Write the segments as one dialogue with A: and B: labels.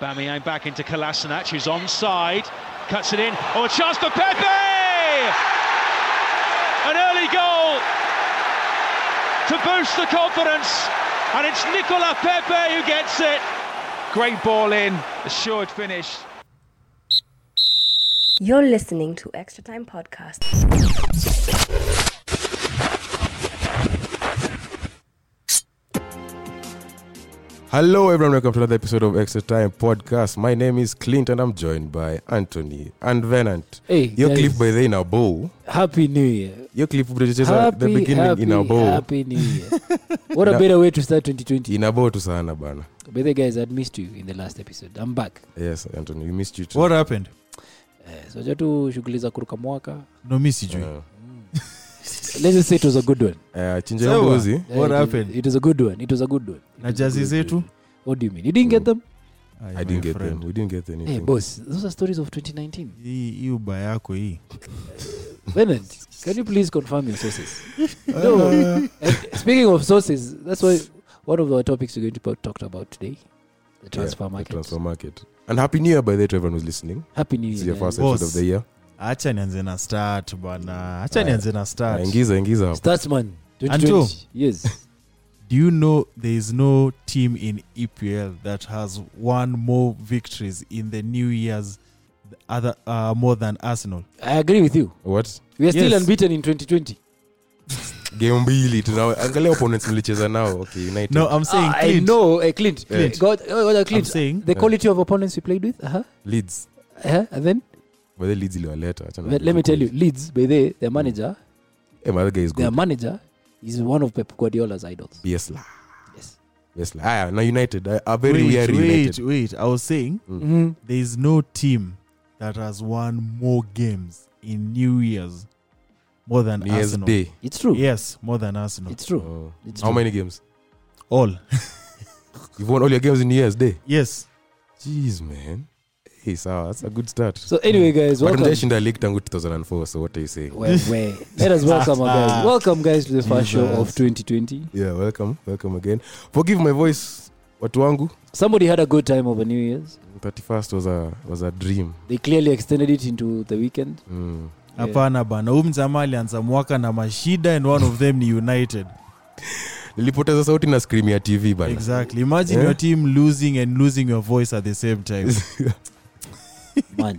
A: Bamiyang back into Kolasinac, who's onside, cuts it in. Oh, a chance for Pepe! An early goal to boost the confidence, and it's Nicola Pepe who gets it. Great ball in, assured finish.
B: You're listening to Extra Time Podcast.
C: Hello, everyone. Welcome to another episode of Extra Time Podcast. My name is Clint, and I'm joined by Anthony and Venant.
D: Hey,
C: your
D: guys.
C: clip by the in a bowl.
D: Happy New Year.
C: Your clip by the
D: Happy,
C: beginning
D: happy,
C: in a bowl.
D: happy New Year. what a
C: Na-
D: better way to start 2020.
C: In a bowl to sana bana.
D: By the way, guys, I'd missed you in the last episode. I'm back.
C: Yes, Anthony, we missed you too.
E: what happened
D: Uh, so ja tu shughuli za kuruka mwaka.
E: no mi sijui
C: Uh,
D: Let's just say it was a good one.
C: uh, chinja ya
E: Sawa.
C: mbuzi.
D: Uh,
E: What
D: it,
E: happened?
D: It was a good one. It was a good one. It
E: na
D: was a
E: jazi
D: good
E: zetu
D: one. What do you mean? You didn't get them?
E: Aye,
C: I
E: my
C: didn't get
E: friend.
C: them. We didn't get
D: Hey,
C: anything.
D: boss, those are stories of 2019.
E: Hii- hii uba yako hii
D: Venant, can you please confirm your sources?
C: Uh,
D: no. And speaking of sources, that's why one of our topics we're going to talk about today. The
C: Yeah,
D: transfer
C: the
D: market.
C: transfer market. And happy new year by the way to everyone who's listening.
D: Happy New Year.
C: This is your
D: guys.
C: first episode
E: Boss.
C: of the year.
E: hacha nianze na start bana hacha
C: Aye.
E: nianze na
C: Uh,
E: start
C: ingiza, ingiza hapo.
D: Statsman.
E: Anto.
D: 2020. Yes.
E: do you know there is no team in epl that has won more victories in the new years th- other uh, more than arsenal
D: I agree with you.
C: What?
D: We are still
E: Yes.
D: unbeaten in 2020.
C: Game mbili. Tuna angalia opponents mlicheza nao. Okay, United.
E: no uh, i'm saying
D: Ah, I
E: Clint,
D: know, eh, Clint.
C: Clint.
D: God, oh, God, uh,
E: i'm
D: Clint.
E: saying
D: The quality of opponents we played with. Uh-huh.
C: Leeds.
D: Uh-huh. And then,
C: But the Leeds iliwaleta. Achana
D: let, let me tell you, Mm. Leeds, by the their manager,
C: Hey, my other guy is
D: their
C: good.
D: manager is one of Pep Guardiola's idols.
C: Yes, la.
D: Yes.
C: Yes, la. Aya, na United. eh, A a very
E: wait,
C: weary
E: wait,
C: United.
E: wait i was saying
D: Mm-hmm.
E: there is no team that has won more games in New Year's more than
C: New Year's
E: Ah, Arsenal.
C: Day.
D: It's true.
E: Yes, more than Arsenal.
D: It's true.
C: Oh.
D: It's
C: How
D: true.
C: many games?
E: All.
C: You've won all your games in New Year's Day.
E: Yes.
C: Jeez, man. Hey, sawa, that's a good start.
D: So, anyway, guys,
C: But
D: welcome.
C: mjashinda league tangu 2004, so what are you saying?
D: Well, well. Let us welcome our guys. Welcome, guys, to the first show of
E: Jesus.
D: 2020.
C: Yeah, welcome, welcome again. Forgive my voice, watu wangu.
D: Somebody had a good time over New Year's.
C: 31st was a, was a dream.
D: They clearly extended it into the weekend.
C: Mm.
E: Hapana bana. Huyu mzama alianza mwaka na mashida and one of them ni United.
C: Nilipoteza sauti na scream ya TV bana.
E: Exactly. Imagine
C: Yeah.
E: your team losing and losing your voice at the same time.
D: Man.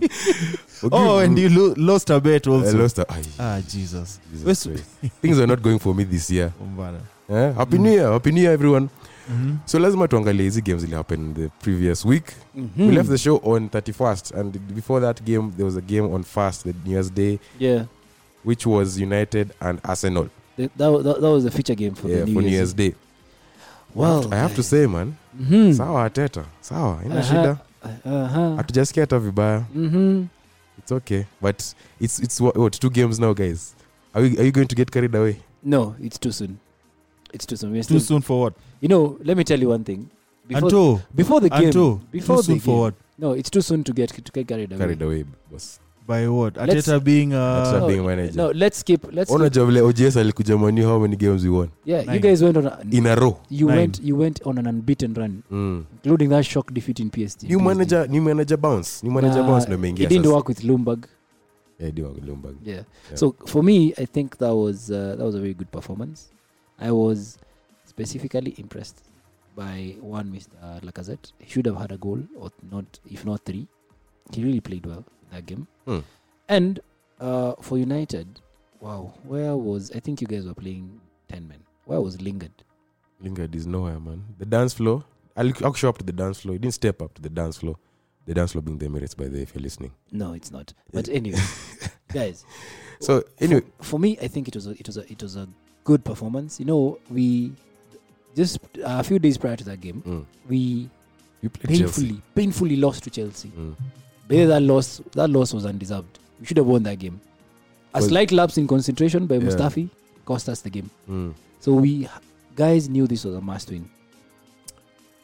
C: Forgive
E: oh, and
C: me.
E: you lo- lost a bet
C: I
E: also.
C: lost a- Ay,
E: ah, Jesus.
C: Jesus
E: Wes-
C: Christ. Things are not going for me this year.
E: Oh, bana.
C: Eh? Happy New Year, Happy New Year everyone.
E: Mhm.
C: So lazima tuangalie hizi games zili happen the previous week.
D: Mhm.
C: We left the show on 31st and before that game there was a game on first, the New Year's Day,
D: Yeah.
C: which was United and Arsenal.
D: Th- That, wa- that, that was the feature game for
C: yeah,
D: the New
C: for New
D: Year's.
C: Year's Day.
D: Wow.
C: I have to say man,
D: Mhm.
C: sawa Ateta, sawa, ina
D: Aha.
C: shida.
D: Uh-huh.
C: Hatujasikia hata vibaya.
D: Mhm.
C: It's okay. But it's it's what, what two games now guys. Are we are you going to get carried away?
D: No, it's too soon. It's too soon. We're still,
E: Too soon for what?
D: You know, let me tell you one thing. Before,
E: Anto.
D: before the game.
E: Anto.
D: before
E: too
D: the
E: soon
D: game.
E: for what?
D: No, it's too soon to get to get carried away.
C: Carried away boss.
E: By what?
D: Let's-
E: Ateta being
C: Ateta
E: uh,
C: being
D: no,
C: manager.
D: No, let's skip. Let's skip.
C: Unajua vile OGS alikuja mwani how many games we won
D: Yeah, you
E: Nine.
D: guys went on. A,
C: in a row.
D: you
E: Nine.
D: went. You went on an unbeaten run,
C: Mm.
D: including that shock defeat in PSG.
C: New manager, new manager bounce. New manager
D: Ah,
C: bounce ndio
D: He
C: imeingia.
D: didn't
C: sasa.
D: work with Lumberg.
C: Yeah, it didn't work with Lumberg.
D: Yeah.
C: Yeah.
D: So for me, I think that was uh, that was a very good performance. I was specifically impressed by one Mr. Lacazette. He should have had a goal or not, if not three. He really played well in that game.
C: Hmm.
D: And uh, for United, wow, where was I think you guys were playing ten men. Where was Lingard?
C: Lingard is nowhere, man. The dance floor. I'll, I'll show up to the dance floor. He didn't step up to the dance floor. The dance floor being the Emirates, by the way, if you're listening.
D: No, it's not. But anyway, guys,
C: So anyway,
D: for me, I think it was a, it was a, it was a good performance. You know, we just a few days prior to that game,
C: mm,
D: we
C: you played
D: painfully,
C: Chelsea.
D: painfully lost to Chelsea.
C: Mm.
D: But yeah, that loss, that loss was undeserved. We should have won that game. A
C: Was-
D: slight lapse in concentration by
C: Yeah.
D: Mustafi cost us the game.
C: Mm.
D: So we guys knew this was a must win.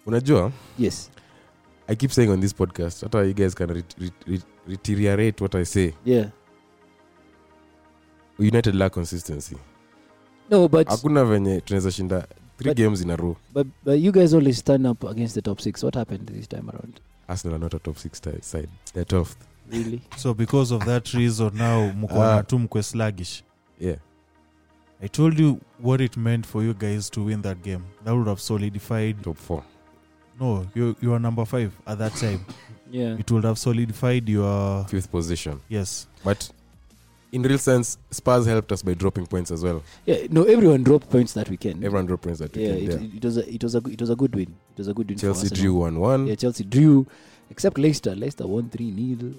C: Unajua,
D: Yes.
C: I keep saying on this podcast, hata you guys can ret- ret- ret- reiterate what I say.
D: Yeah.
C: United lack consistency.
D: No, but
C: Hakuna venye tunaweza shinda three
D: But-
C: games in a row.
D: but, but you guys always stand up against the top six. What happened this time around?
C: Arsenal are not a top six ti- side. They're twelfth.
D: Really?
E: so because of that reason now mkona
C: Ah.
E: tu mkwe sluggish
C: Yeah.
E: i told you what it meant for you guys to win that game that would have solidified
C: Top four.
E: no you, you are number five at that time
D: Yeah.
E: it would have solidified your
C: Fifth position.
E: yes
C: But in real sense, Spurs helped us by dropping points as well.
D: Yeah. No, everyone dropped points that weekend.
C: Everyone dropped points that
D: Mm-hmm. yeah,
C: weekend. Yeah,
D: it, it was a it was a good- it was a good win. It was a good win. for
C: Chelsea
D: Arsenal.
C: drew one one.
D: Yeah, Chelsea drew. Except Leicester. Leicester won three 0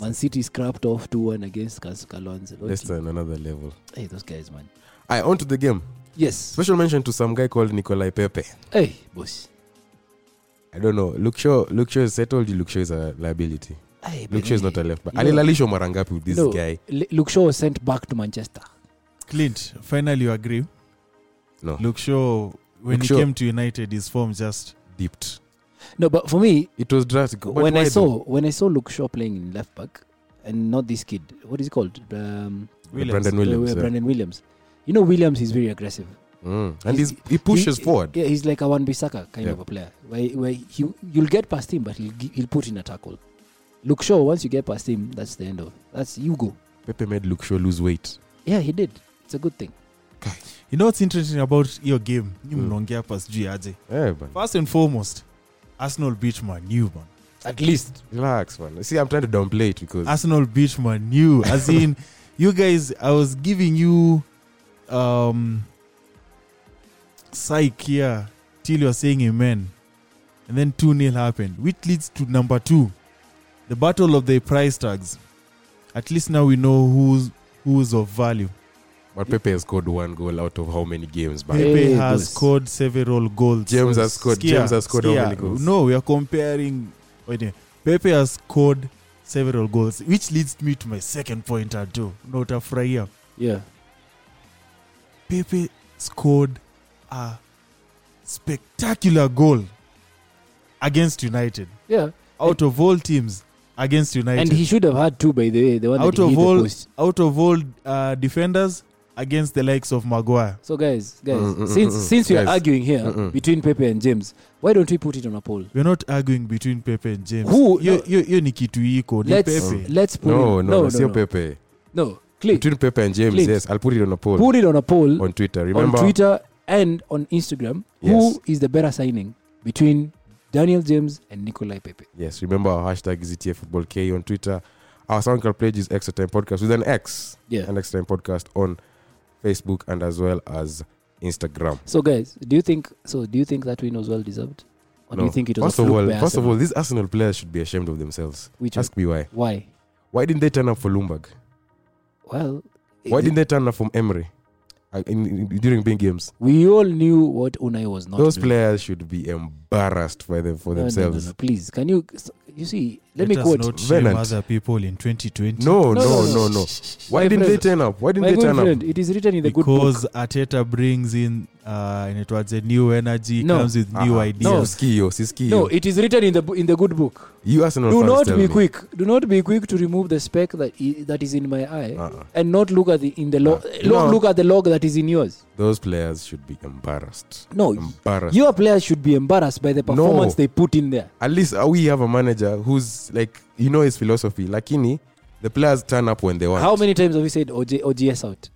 D: Man City scrapped off two one against Cas- Carlo Ancelotti.
C: That's on another level.
D: Hey, those guys, man.
C: I on to the game.
D: Yes.
C: Special mention to some guy called Nikolai Pepe.
D: Hey, boss.
C: I don't know. Luke Shaw, Luke Shaw is, I told you Luke Shaw is a liability.
D: Hey,
C: Luke Shaw is not a left back.
D: You know-
C: Alilalishwa mara ngapi with this
D: No.
C: guy?
D: L- Luke Shaw was sent back to Manchester.
E: clint finally you agree
C: No.
E: look sure when
C: Luke
E: he
C: Shaw.
E: came to united his form just
C: Dipped.
D: No, but for me,
C: It was drastic. But
D: when I
C: why
D: saw
C: though?
D: when I saw Luke Shaw playing in left back, and not this kid, what is he called? Um,
E: Williams.
C: Brandon Williams.
D: uh,
C: yeah.
D: Brandon Williams. You know, Williams is very aggressive.
C: Mm. And
D: He's-
C: he's, he pushes
D: He-
C: forward.
D: Yeah, he's like a one Bissaka kind
C: Yeah.
D: of a player, where, where he you'll get past him, but he'll, gi- he'll put in a tackle. Luke Shaw, once you get past him, that's the end of. That's you go.
C: Pepe made Luke Shaw lose weight.
D: Yeah, he did. It's a good thing.
E: you know what's interesting about your game ni
C: Mm.
E: mnaongea hapa sijui aje
C: Yeah, Eh, man.
E: first and foremost arsenal beat man you man
D: At least
C: Relax, man. See, I'm trying to downplay it because
E: Arsenal beat Man U. As in, you guys, I was giving you um psych here till you're saying amen. And then 2 0 happened, which leads to number two the battle of the price tags. At least now we know who's who's of value.
C: but Pepe has scored one goal out of how many games back?
D: Hey,
E: Pepe has
D: boss.
E: scored several goals.
C: James has scored- James has scored how many goals?
E: No, we are comparing. Wait, a minute. Pepe has scored several goals, which leads me to my second point. I do not a fryer.
D: yeah,
E: Pepe scored a spectacular goal against United.
D: yeah.
E: Out of all teams, against United.
D: And he should have had two, by the way. The one
E: out
D: that he
E: of
D: hit
E: all,
D: the post.
E: out of all uh, defenders, against the likes of Maguire.
D: So guys, guys,
C: Mm, mm,
D: since
C: mm, mm.
D: since we are
C: Guys.
D: arguing here
C: Mm, mm.
D: between Pepe and James, why don't we put it on a poll?
E: We're not arguing between Pepe and James.
D: Who-
E: Yo,
D: no.
E: yo, yo ni kitu iko ni
D: Let's Mm.
E: Pepe.
D: let's put
C: No, no,
D: it.
C: no,
D: no,
C: sio
D: no.
C: Pepe.
D: no. Click.
C: Between Pepe and James,
D: Clint.
C: yes. I'll put it on a poll
D: Put it on a poll
C: on Twitter.
D: on
C: Remember,
D: Twitter and on Instagram.
C: Yes.
D: Who is the better signing between Daniel James and Nikolai Pepe?
C: yes. Remember our hashtag is ETA Football K on Twitter. Our SoundCloud page is Extra Time Podcast with an X,
D: Yeah.
C: an Extra Time Podcast on Facebook and as well as Instagram.
D: So guys, do you think so? Do you think that win was well deserved, or do
C: No.
D: you think it was
C: First
D: a
C: of
D: fluke
C: all,
D: by
C: first of
D: Arsenal?
C: all, these Arsenal players should be ashamed of themselves.
D: which was,
C: Ask me why.
D: why?
C: Why didn't they turn up for Lumberg?
D: Well,
C: Why
D: it-
C: didn't they turn up from Emery Uh, in, in- during big games?
D: we all knew what Unai was not?
C: Those
D: doing.
C: players should be embarrassed by them for
D: No, no, no,
C: themselves.
D: no, please, can you? You see, let, me
E: us
D: quote.
E: not shame
C: Venant.
E: other people in 2020.
C: No, no, no, no, no. Why
D: My
C: didn't
D: friend-
C: they turn up? Why didn't
D: My
C: they
D: good
C: turn
D: friend,
C: up?
D: it is written in the good book.
E: because Ateta brings in uh, and it was a new energy,
D: Ah, No. Uh-huh.
E: comes with new
C: Uh-uh.
E: ideas.
C: Siskio, Siskio.
D: No, it is written in the bo- in the good book.
C: you Arsenal
D: Do
C: fans
D: not
C: tell
D: be
C: me.
D: quick. Do not be quick to remove the speck that i- that is in my eye,
C: Uh-uh.
D: and not look at the in the log.
C: Uh,
D: lo-
C: no.
D: Look at the log that is in yours.
C: Those players should be embarrassed.
D: No,
C: Embarrassed.
D: your players should be embarrassed by the performance they put in there.
C: At least uh, we have a manager who's like, you know his philosophy. Lakini, the players turn up when they want.
D: How many times have we said OJ, OGS out?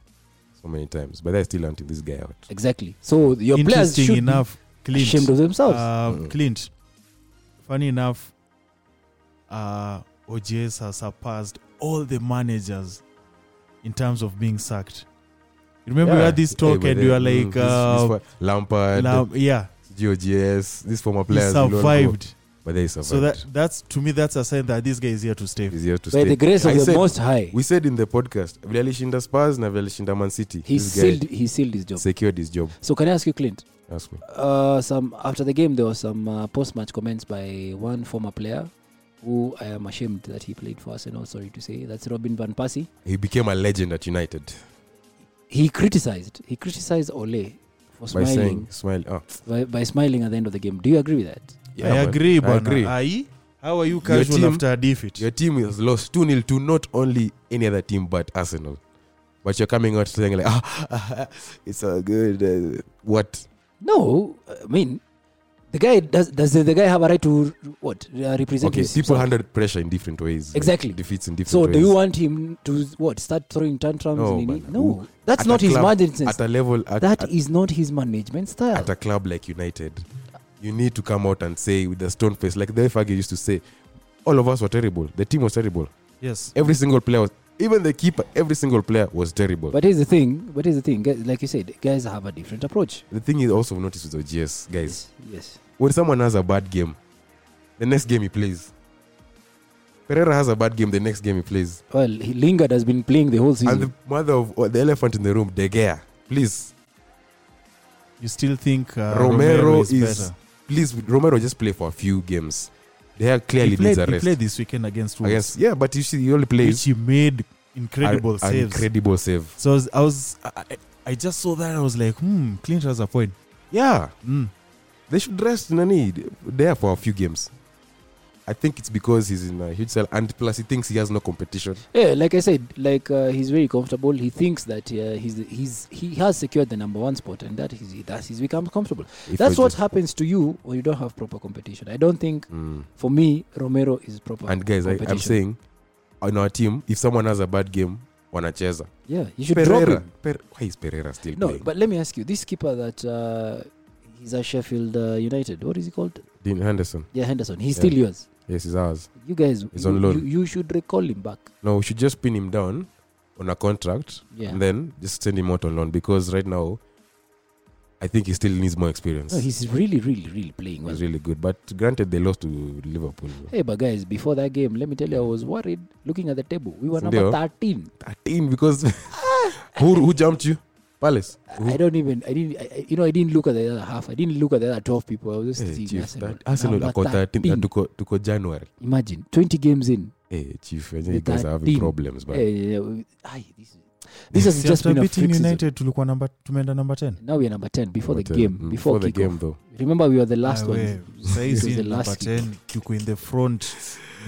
C: So many times. But they're still hunting this guy out.
D: Exactly. So your players
E: Interesting
D: should
E: enough,
D: be
E: Clint.
D: ashamed of themselves.
E: uh,
C: Mm.
E: Clint. Funny enough, uh, OGS has surpassed all the managers in terms of being sacked. You Remember, we
C: Yeah.
E: had this talk
C: Hey, but
E: and we
C: then,
E: were
C: mm,
E: like,
C: this- this
E: uh,
C: for- Lampard,
E: Lam- yeah,
C: GOGS, these former
E: he
C: players. will all go.
E: survived.
C: But they survived.
E: So that that's to me, that's a sign that this guy is here to stay.
C: He's here to
D: by
C: stay.
D: the grace of
C: I
D: the
C: said-
D: Most High,
C: We said in the podcast, vile alishinda Spurs na vile alishinda Man City.
D: he
C: This guy
D: sealed he sealed his job.
C: secured his job.
D: So can I ask you, Clint?
C: Ask me.
D: uh, some after the game there was some uh, post-match comments by one former player who I am ashamed that he played for Arsenal. Sorry to say, that's Robin van Persie.
C: He became a legend at United
D: He criticized he criticized Ole for
C: by
D: smiling
C: saying, "Smile." Oh,
D: by, by smiling at the end of the game. Do you agree with that?
C: yeah,
E: I
C: man.
E: agree,
C: I
E: but
C: agree.
E: How are you casual
C: team-
E: after a defeat?
C: Your team has lost two 0 to not only any other team but Arsenal. But you're coming out saying like, "Ah, it's so good." Uh, what?
D: No, I mean The guy does does the, the guy have a right to what uh, represent?
C: Okay,
D: his-
C: people handle pressure in different ways. like,
D: Exactly.
C: defeats in different
D: So
C: ways.
D: do you want him to what start throwing tantrums?
C: No,
D: and-
C: man.
D: no, that's
C: At a
D: not his
C: club-
D: management.
C: at a level at,
D: That
C: at,
D: is not his management style.
C: at a club like United, you need to come out and say with a stone face, like the FAG used to say, all of us were terrible. The team was terrible.
E: Yes.
C: Every single player was, even the keeper, every single player was terrible.
D: But here's the thing. But here's the thing. guys- Like you said, guys have a different approach.
C: the thing is also noticed with OGS, guys.
D: Yes. Yes.
C: When someone has a bad game, the next game he plays. Pereira has a bad game, the next game he plays.
D: Well, he, Lingard has been playing the whole
C: And
D: season.
C: the mother of or the elephant in the room, De Gea. Please,
E: You still think uh,
C: Romero, is,
E: better?
C: please Romero just play for a few games. They are clearly
E: he played,
C: needs a
E: he
C: rest.
E: played this weekend against Wolves,
C: Against, yeah, but you see, he only
E: which
C: plays
E: he made
C: a-
E: incredible
C: an
E: saves.
C: Incredible save.
E: so I was, I, was I, I- I just saw that I was like, hmm, Clint has a point.
C: Yeah,
E: Mm.
C: they should rest Nani there for a few games. I think it's because he's in a huge cell, and plus he thinks he has no competition.
D: Yeah, like I said, like uh, he's very comfortable. He thinks that uh, he's he's he has secured the number one spot, and that he's that he's become comfortable.
C: If
D: That's
C: I
D: what
C: just-
D: happens to you when you don't have proper competition. I don't think
C: Mm.
D: for me Romero is proper.
C: And guys, I, I'm
D: competition.
C: saying on our team, if someone has a bad game, wanacheza.
D: yeah, you should drop
C: Pereira,
D: him.
C: per, why is Pereira still
D: No,
C: playing?
D: but let me ask you, this keeper that uh, he's at Sheffield uh, United. What is he called?
C: Dean Henderson,
D: Yeah, Henderson. He's
C: Yeah.
D: still yours.
C: yes, he's ours.
D: You guys,
C: He's
D: you,
C: on loan.
D: you, you should recall him back.
C: No, we should just pin him down on a contract
D: Yeah.
C: and then just send him out on loan because right now, I think he still needs more experience.
D: No, he's really, really, really playing well.
C: He's really good, but granted, they lost to Liverpool.
D: Hey, but guys, before that game, let me tell you, I was worried looking at the table. We were number
C: Ndio.
D: 13.
C: 13 because who, who jumped you? Palace. Who?
D: I don't even, I didn't, I- I, you know, I didn't look at the other half. I didn't look at the other 12 people. I was just
C: Hey,
D: seeing
C: Eh, Chief,
D: Arsenal.
C: that ah, Arsenal
D: Number
C: ako 13 na
D: 13.
C: tuko, tuko January.
D: Imagine, 20 games in.
C: Hey, Chief, I think
D: The
C: you guys are having
D: 13.
C: problems, but
D: Eh, yeah, yeah, we- aye, this, this has just been a
E: beating
D: freak season.
E: United tulikuwa number tumeenda number 10.
D: Now we are number 10 before
C: but,
D: the
C: uh,
D: game.
C: mm,
D: before
C: the
D: the
C: game, though.
D: Remember, we were the last
E: Ah,
D: ones.
E: we- saizi
D: This was the
E: number
D: last
E: 10 kiko in the front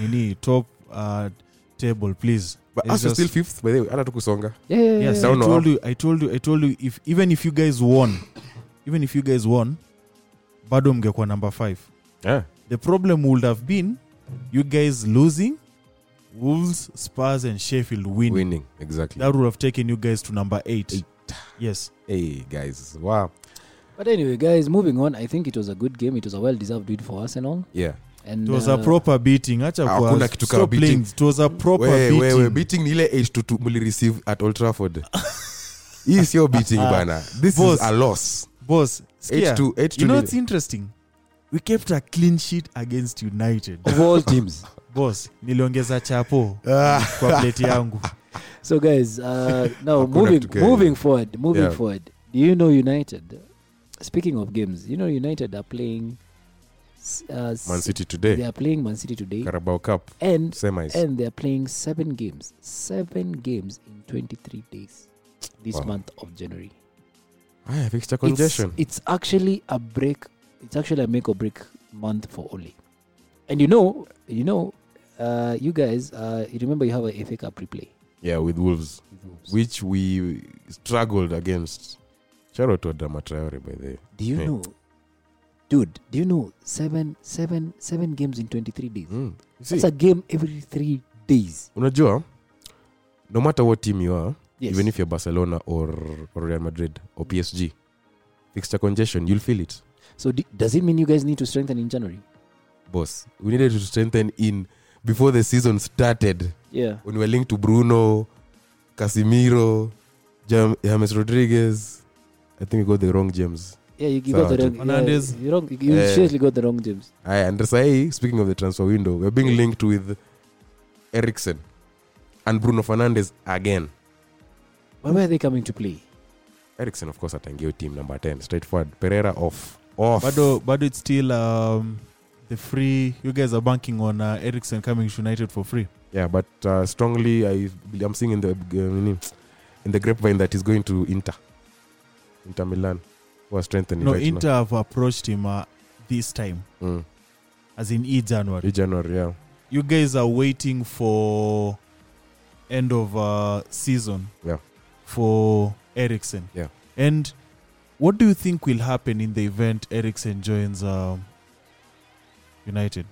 E: nini top uh, table please
C: But
E: It's
C: us are still
E: just-
C: fifth, by the way, hata tukusonga.
D: Yeah, yeah, yeah.
E: yes
D: yeah.
E: I
C: Down or
E: told you I told you I told you if even if you guys won even if you guys won bado mngekuwa number 5
C: Yeah.
E: the problem would have been you guys losing Wolves Spurs and Sheffield winning
C: Winning, exactly.
E: that would have taken you guys to number 8 yes
C: Hey, guys, wow.
D: But anyway, guys, moving on. I think it was a good game. It was a well deserved win for Arsenal.
C: Yeah.
D: And
E: it was a
D: uh,
E: proper beating acha
C: Ah,
E: kwa-
C: hakuna kitu kama
E: stop playing.
C: beating.
E: it was a proper
C: Wewe,
E: beating
C: wewe, beating ni ile h22 mlireceive at old trafford hii sio beating bana this
E: Boss.
C: is a loss
E: boss skia,
C: H2 H2
E: you
C: nil-
E: know what's interesting we kept a clean sheet against united
D: of all teams.
E: boss niliongeza chapo
C: Ah,
E: kwa plate yangu
D: So, guys, uh, now
C: Hakuna
D: moving
C: kitu gani.
D: moving forward, moving
C: Yeah.
D: forward. Do you know United? Speaking of games, you know United are playing. s- Uh, s-
C: man city today
D: They are playing Man City today,
C: carabao cup
D: and
C: semis
D: and they are playing seven games, seven games in twenty three days, this
C: Wow.
D: month of January.
C: Aya, fixture
D: It's-
C: congestion
D: It's, actually a break. It's actually a make or break month for Oli. And you know, you know, uh, you guys, uh, you remember you have a FA Cup replay.
C: yeah with wolves which we struggled against shout out to Adama Traore, by the way
D: Do you
C: Yeah.
D: know, dude? Do you know seven, seven, seven games in twenty three days?
C: mm. You
D: It's
C: see,
D: a game every three days.
C: unajua no matter what team you are
D: Yes.
C: even if you're barcelona or, or real madrid or psg fixture congestion you'll feel it
D: so, d- does it mean you guys need to strengthen in January?
C: boss we needed to strengthen in before the season started
D: Yeah.
C: when we were linked to Bruno, Casimiro, Jam- James Rodriguez. I think we got the wrong James.
D: Yeah, you, you
C: Sawa
D: got the
C: tu.
D: wrong.
E: Hernandez.
D: Yeah, you wrong. You
C: Eh.
D: seriously got the wrong James.
C: Aye, and Rasai, speaking of the transfer window, we're being linked with Ericsson and Bruno Fernandes again.
D: But where are they coming to play?
C: Ericsson, of course, atangio team number 10. Straightforward. Pereira off. Off.
E: bado bado it's still um, the free you guys are banking on uh, Ericsson coming to united for free
C: Yeah, but uh, strongly, I, I'm seeing in the, uh, in the grapevine that he's going to Inter. Inter Milan. Who are strengthening
E: no
C: Mm. right
E: inter have approached him uh, this time
C: now. Mm.
E: as in e january
C: In January, yeah.
E: you guys are waiting for end of uh, season
C: Yeah.
E: for Ericsson.
C: Yeah.
E: And what do you think will happen in the event Ericsson joins um, United.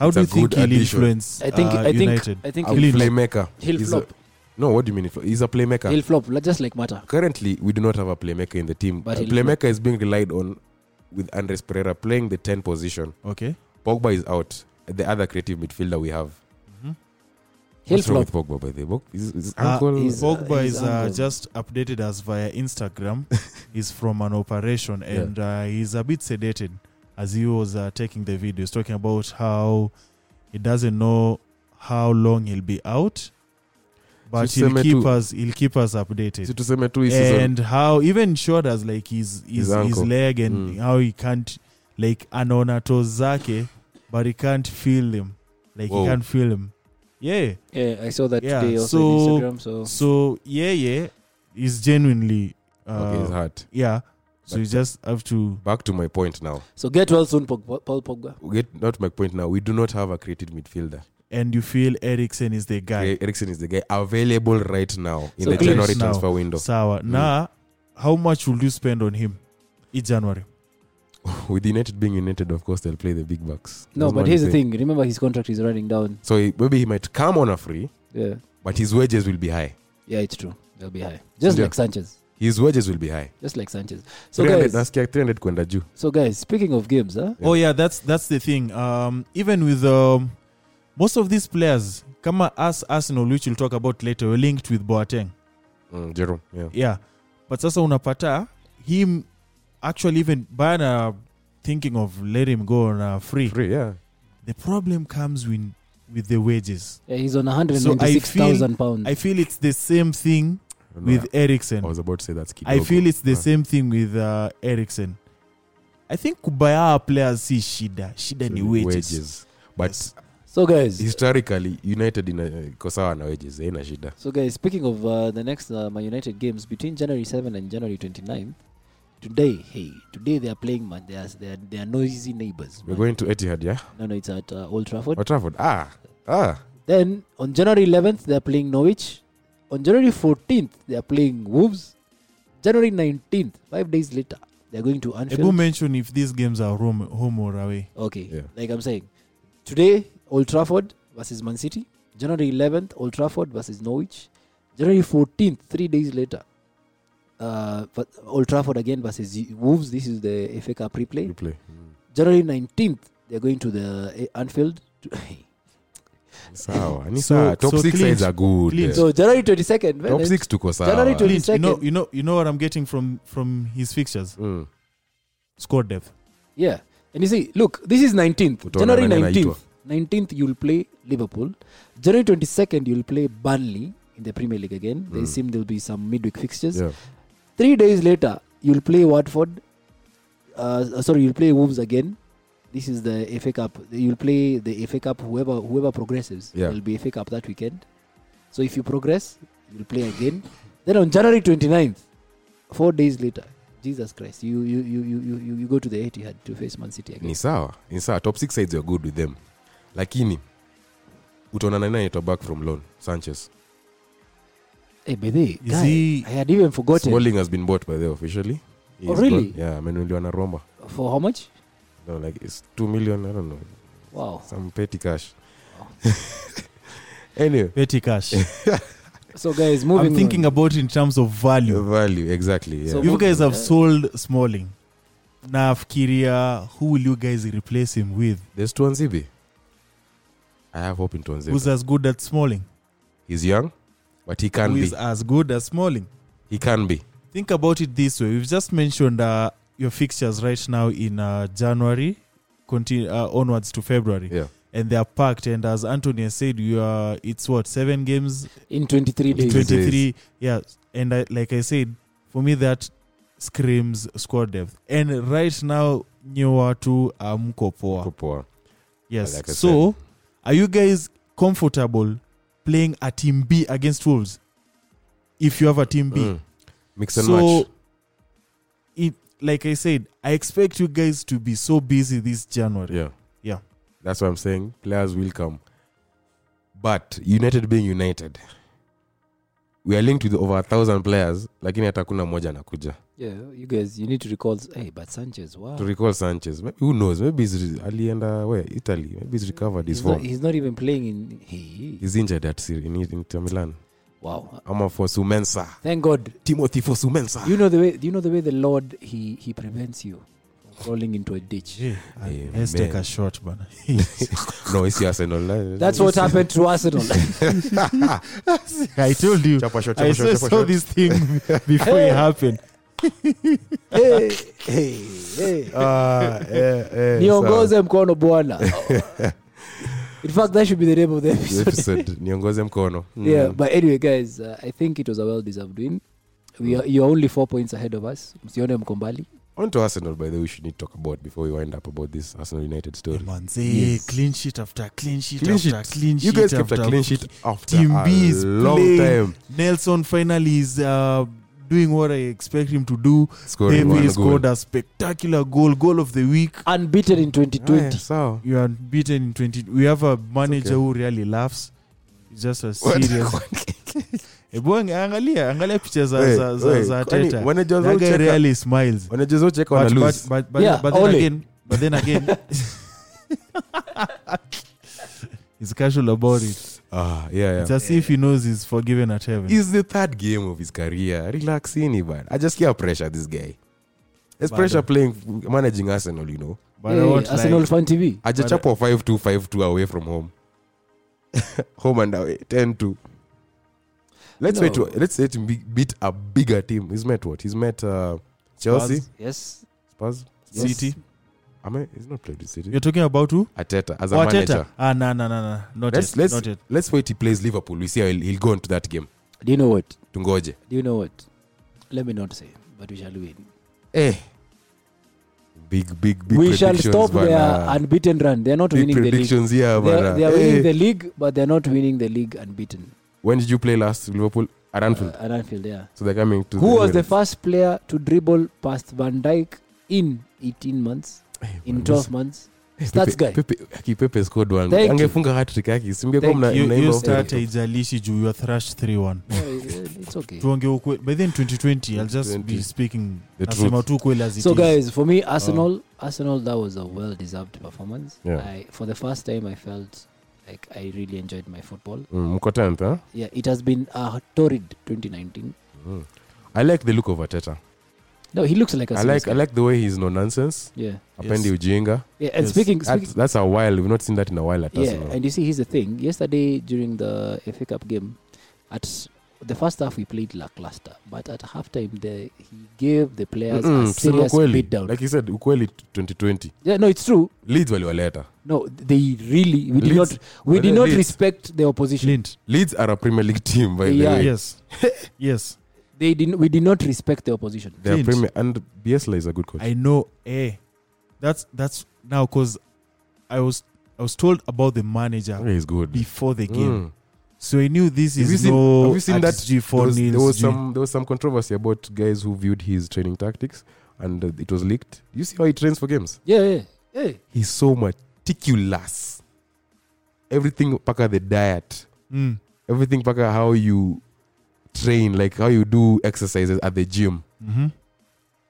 E: How
C: It's
E: do
C: a
E: you think
C: good
E: he'll
C: addition.
E: influence
D: I think
E: uh,
D: I think
E: United?
D: I think
C: A
E: I'll He'll-
D: he'll,
C: playmaker.
D: he'll
C: He's a-
D: flop.
C: no, what do you mean? he flop? He's a playmaker.
D: He'll flop, like- just like Mata.
C: Currently, we do not have a playmaker in the team.
D: But
C: a
D: he'll
C: playmaker is being relied on with Andres Pereira playing the 10 position.
E: Okay.
C: Pogba is out. The other creative midfielder we have.
E: Mm-hmm.
D: He'll
C: What's
D: flop.
C: wrong with Pogba by the way? Pog- His, his
E: Uh,
C: ankle.
D: he's-
E: Pogba
D: his
E: is uh,
D: uncle.
E: just updated us via Instagram. he's from an operation
C: Yeah.
E: and uh, he's a bit sedated as he was uh, taking the video. He's talking about how he doesn't know how long he'll be out, but he'll
C: Tuseme
E: keep
C: tu.
E: us he'll keep us updated.
C: Si tuseme tu hii season.
E: and how even shoulders like his
C: His
E: his, his,
C: ankle.
E: leg and
C: Mm.
E: how he can't like anaona toes zake but he can't feel him like
C: Whoa.
E: he can't feel him yeah
D: Yeah, I saw that
E: Yeah,
D: today also
E: so-
D: on Instagram. So
E: so yeah yeah he's genuinely uh,
C: okay, it's hard.
E: yeah so
C: But-
E: you just have to
C: Back to my point now.
D: so get well soon, Pogba, Paul Pogba.
C: We Get not my point now. We do not have a creative midfielder.
E: and you feel Eriksen is the guy
C: Ericsson Eriksen is the guy available right now in
D: So
C: the
D: clear
C: January
E: now.
C: transfer window. Mm.
E: sawa na how much will you spend on him in January
C: With United being United, of course, they'll play the big bucks.
D: No,
C: That's
D: but
C: one
D: here's the thing. Remember, his contract is running down.
C: So he, maybe he might come on a free,
D: Yeah,
C: but his wages will be high.
D: yeah, it's true. They'll be high, just
C: Yeah.
D: like Sanchez,
C: His wages will be high.
D: just like Sanchez. So
C: 300,
D: guys,
C: nasikia 300 kwenda juu.
D: so guys, speaking of games, huh?
C: Yeah.
E: Oh yeah, that's that's the thing. Um, even with um, most of these players, kama us Arsenal, which we'll talk about later, were linked with Boateng.
C: Mm, Jerome, yeah.
E: Yeah, but sasa unapata him actually even Bayern are thinking of let him go on a free.
C: Free, yeah.
E: The problem comes with with the wages.
D: Yeah, he's on 196,000 pounds.
E: Mm. I feel it's the same thing
C: I don't know.
E: with Eriksen.
C: I was about to say that's
E: I
C: kidogo.
E: feel it's the
C: Ah.
E: same thing with uh, Eriksen. I think kubaya players see shida. Shida ni wages.
C: but
E: Yes.
D: so guys,
C: historically united ina- iko sawa na wages haina shida
D: so guys, speaking of uh, the next uh, Man United games between January 7 and January 29th, today, hey, today they are playing man. They are they are, they are noisy neighbors.
C: we're
D: man.
C: going to etihad yeah
D: No, no, it's at uh, Old Trafford.
C: Old Trafford. ah ah
D: Then on January 11th, they are playing Norwich. On January 14th, they are playing Wolves. January 19th, five days later, they are going to
E: Ebu
D: Anfield.
E: mention if these games are home, home or away.
D: Okay,
C: Yeah.
D: like I'm saying, today Old Trafford versus Man City. January 11th, Old Trafford versus Norwich. January 14th, three days later, uh, but Old Trafford again versus Wolves. This is the FA Cup replay.
C: you play Mm.
D: January 19th, they are going to the uh, Anfield. to-
C: sawa ni
E: So-
C: sawa top
E: so
C: 6
E: Clint-
C: sides are good
E: Clint-
C: Yeah.
D: so January 22nd,
C: top
D: Venice.
C: 6 tuko
D: January
C: sawa
D: 20
E: Clint, you know,
D: Second.
E: you know, you know what I'm getting from from his fixtures.
C: Mm.
E: Score depth.
D: Yeah. And you see, look, this is 19th.
C: Utaona
D: January
C: nani anaitwa.
D: 19th. 19th, you'll play Liverpool. January 22nd, you'll play Burnley in the Premier League again. They
C: Mm.
D: seem there'll be some midweek fixtures.
C: yeah
D: Three days later, you'll play Watford. Uh, sorry, you'll play Wolves again. This is the FA Cup. You'll play the FA Cup. Whoever whoever progresses,
C: Yeah.
D: there'll be FA Cup that weekend. So if you progress, you'll play again. then on January 29th, four days later, Jesus Christ, you you you you you, you- you go to the Etihad to face Man City again.
C: ni sawa ni sawa top 6 sides are good with them lakini utaona nani anaitwa back from loan sanchez
D: Hey, by the way,
E: Is
D: guy,
E: he-
D: I had even forgotten
C: smalling has been bought by the officially He
D: Oh,
C: is
D: really?
C: gone. yeah amenuliwa na roma
D: for how much?
C: no like it's 2 million i don't know
D: Wow.
C: some petty cash anyway
E: Petty cash.
D: So guys, moving.
E: I'm thinking
D: on.
E: about in terms of value.
C: value exactly yeah.
D: So
E: You guys have
D: Yeah.
E: sold Smalling. Nafikiria, who will you guys replace him with?
C: There's Tuanzibi. I have hope in Tuanzibi.
E: Who's as good at Smalling?
C: He's young, but he can
E: Who is
C: be.
E: as good as Smalling?
C: He can be.
E: Think about it this way. We've just mentioned uh, your fixtures right now in uh, January, continue uh, onwards to February,
C: Yeah.
E: and they are packed. And as Anthony has said, you are it's what seven games
D: in 23 days.
E: 23 yeah and I, like i said for me that screams squad depth and right now new watu amko poa
C: Kupoa.
E: yes
C: Like I
E: so are you guys comfortable playing a team b against wolves if you have a team b
C: Mm. Mix and
E: so
C: match.
E: it like i said i expect you guys to be so busy this january
C: Yeah.
E: Yeah.
C: That's what I'm saying. Players will come. But United being United, we are linked with over a thousand players lakini hata kuna mmoja anakuja
D: yeah, you guys, you need to recall. Hey, but Sanchez, wow.
C: to recall sanchez maybe who knows maybe he's re- alienda where italy maybe he's recovered his
D: he's, not,
C: form
D: he's not even playing in. He.
C: he's injured at Sir- in, in Inter Milan
D: Wow.
C: ama for sumensa
D: Thank God.
C: timothy for sumensa
D: You know the way. You know the way the Lord he he prevents you from falling into a ditch.
C: Amen.
E: Let's take a shot, man.
C: no it's arsenal
D: That's what happened to Arsenal.
E: I told you.
C: chapa shot
E: I
C: chapa
E: saw,
C: shot chapa
E: saw
C: shot
E: this thing before it happened.
D: hey, hey, hey.
C: Ah, eh, eh,
D: niongoze mkono bwana in fact that should be the name of the
C: sawa.
D: episode
C: episode niongoze mkono Mm.
D: yeah but anyway guys uh, i think it was a well deserved win we are, you are only four points ahead of us msione mko mbali
C: on to arsenal by the way we should need to talk about before we wind up about this arsenal united story
E: Man, say
D: Yes.
E: clean sheet after clean sheet
C: Clean
E: after
C: sheet.
E: clean sheet.
C: you guys kept
E: after
C: a clean sheet after
E: Team
C: a
E: B is
C: long
E: playing.
C: time
E: Nelson finally is uh, doing what I expect him to do.
C: scoring
E: Pepe
C: one
E: scored
C: goal.
E: a spectacular goal, goal of the week.
D: unbeaten in 2020
C: Aya, sawa.
E: You are beaten in 20. We have a
C: okay.
E: manager who really laughs. He's just a
C: What-
E: serious. Eh, boy, angalia, angalia picha za,
C: Wait,
E: za, za,
C: wait,
E: za
C: kwani
E: Teta.
C: wanajaza
E: That guy
C: ucheka-
E: really smiles.
C: wanajaza ucheka
E: But, but,
C: wanalose.
E: but, but,
D: Yeah,
E: but then
D: Ole.
E: again, but then again, he's casual about it.
C: Ah, yeah, yeah.
E: It's as if he knows he's forgiven at heaven.
C: It's the third game of his career. Relax, ini bad. I just feel pressure this guy. It's
E: Bado.
C: pressure playing managing Arsenal, you know.
E: but I
D: Hey,
E: won't
D: arsenal
E: lie.
D: fan tv
C: Ajachapwa 5-2 5-2 away from home. home and away 10-2. Let's
D: No.
C: wait to- let's wait to be- beat a bigger team. He's met what? He's met uh, Chelsea,
E: Spurs,
D: yes
C: Spurs.
D: yes.
E: City.
C: I mean, he's not played with City.
E: You're talking about who?
C: Ateta as a
E: Oh,
C: manager.
E: Ateta. Ah, no, no, no, no. Not
C: Let's
E: yet.
C: let's
E: Not yet.
C: let's wait. He plays Liverpool. We see how he'll, he'll go into that game.
D: do you know what
C: Tungoje.
D: do you know what let me not say but we shall win
C: Eh. Big big big.
D: we shall
C: predictions,
D: stop their
C: bana.
D: unbeaten run they're not
C: big
D: winning the league
C: predictions here,
D: they're,
C: bana.
D: they're winning
C: Eh.
D: the league but they're not winning the league unbeaten
C: When did you play last Liverpool at Anfield?
D: uh, at anfield yeah
C: so they're coming to.
D: who
C: the
D: was the
C: Emirates.
D: first player to dribble past Van Dijk in 18 months,
C: Eh,
D: in
C: bana,
D: 12 months?
C: Messi- Pepe-
D: Stats guy.
C: Pepe- Aki Pepe scored one.
D: Thank you.
C: Angefunga hat trick yake. Singekuwa
D: Thank
C: mna-
E: You,
C: mnaimba
E: you
C: huko.
E: start haijalishi juu you are thrashed 3-1.
D: No, it- Oh, it's okay.
E: tuonge ukweli by then 2020 i'll just
C: 2020.
E: be speaking
C: The
E: nasema
C: truth.
E: tu kweli as it
D: So
E: is.
D: guys, for
C: Oh.
D: me, Arsenal, Arsenal, that was a well-deserved performance.
C: Yeah.
D: I, for the first time, I felt like I really enjoyed my football.
C: Mm, mko tenth, huh?
D: Yeah, it has been a torrid 2019.
C: Mm. I like the look of Ateta.
D: No, he looks like a
C: I
D: serious
C: like I
D: guy.
C: like the way he's no nonsense.
D: Yeah,
C: Apendi ujinga.
D: yeah. And
E: Yes.
D: speaking,
C: That's,
D: speaking
C: that's a while. We've not seen that in a while at
D: yeah,
C: Arsenal.
D: and you see, here's the thing. Yesterday during the FA Cup game, at the first half we played lackluster, but at halftime, the he gave the players
C: Mm-mm,
D: a
C: tuseme
D: serious
C: ukweli.
D: beatdown.
C: like you said ukweli 2020
D: Yeah, no, it's true.
C: leads waliwaleta
D: No, they really we did
C: Leeds-
D: not we
C: were
D: did
C: they
D: not
C: Leeds?
D: respect the opposition.
E: Clint.
C: leads are a premier league team by
D: Yeah.
C: the way
E: yes yes
D: They didn't we did not respect the opposition.
C: They are
E: Clint.
C: premier and biesla is a good coach
E: i know eh that's that's now because i was i was told about the manager
C: Yeah, he's good
E: before the game
C: Mm.
E: so i knew this
C: Have you
E: is
C: seen,
E: no
C: have you seen
E: at
C: that
E: G4
C: there was,
E: nil
C: there, was
E: sijui.
C: some, there was some controversy about guys who viewed his training tactics and uh, it was leaked you see how he trains for games
D: Yeah, yeah. Hey,
C: he's so meticulous everything paka the diet
E: Mm,
C: everything paka how you train like how you do exercises at the gym
E: mhm.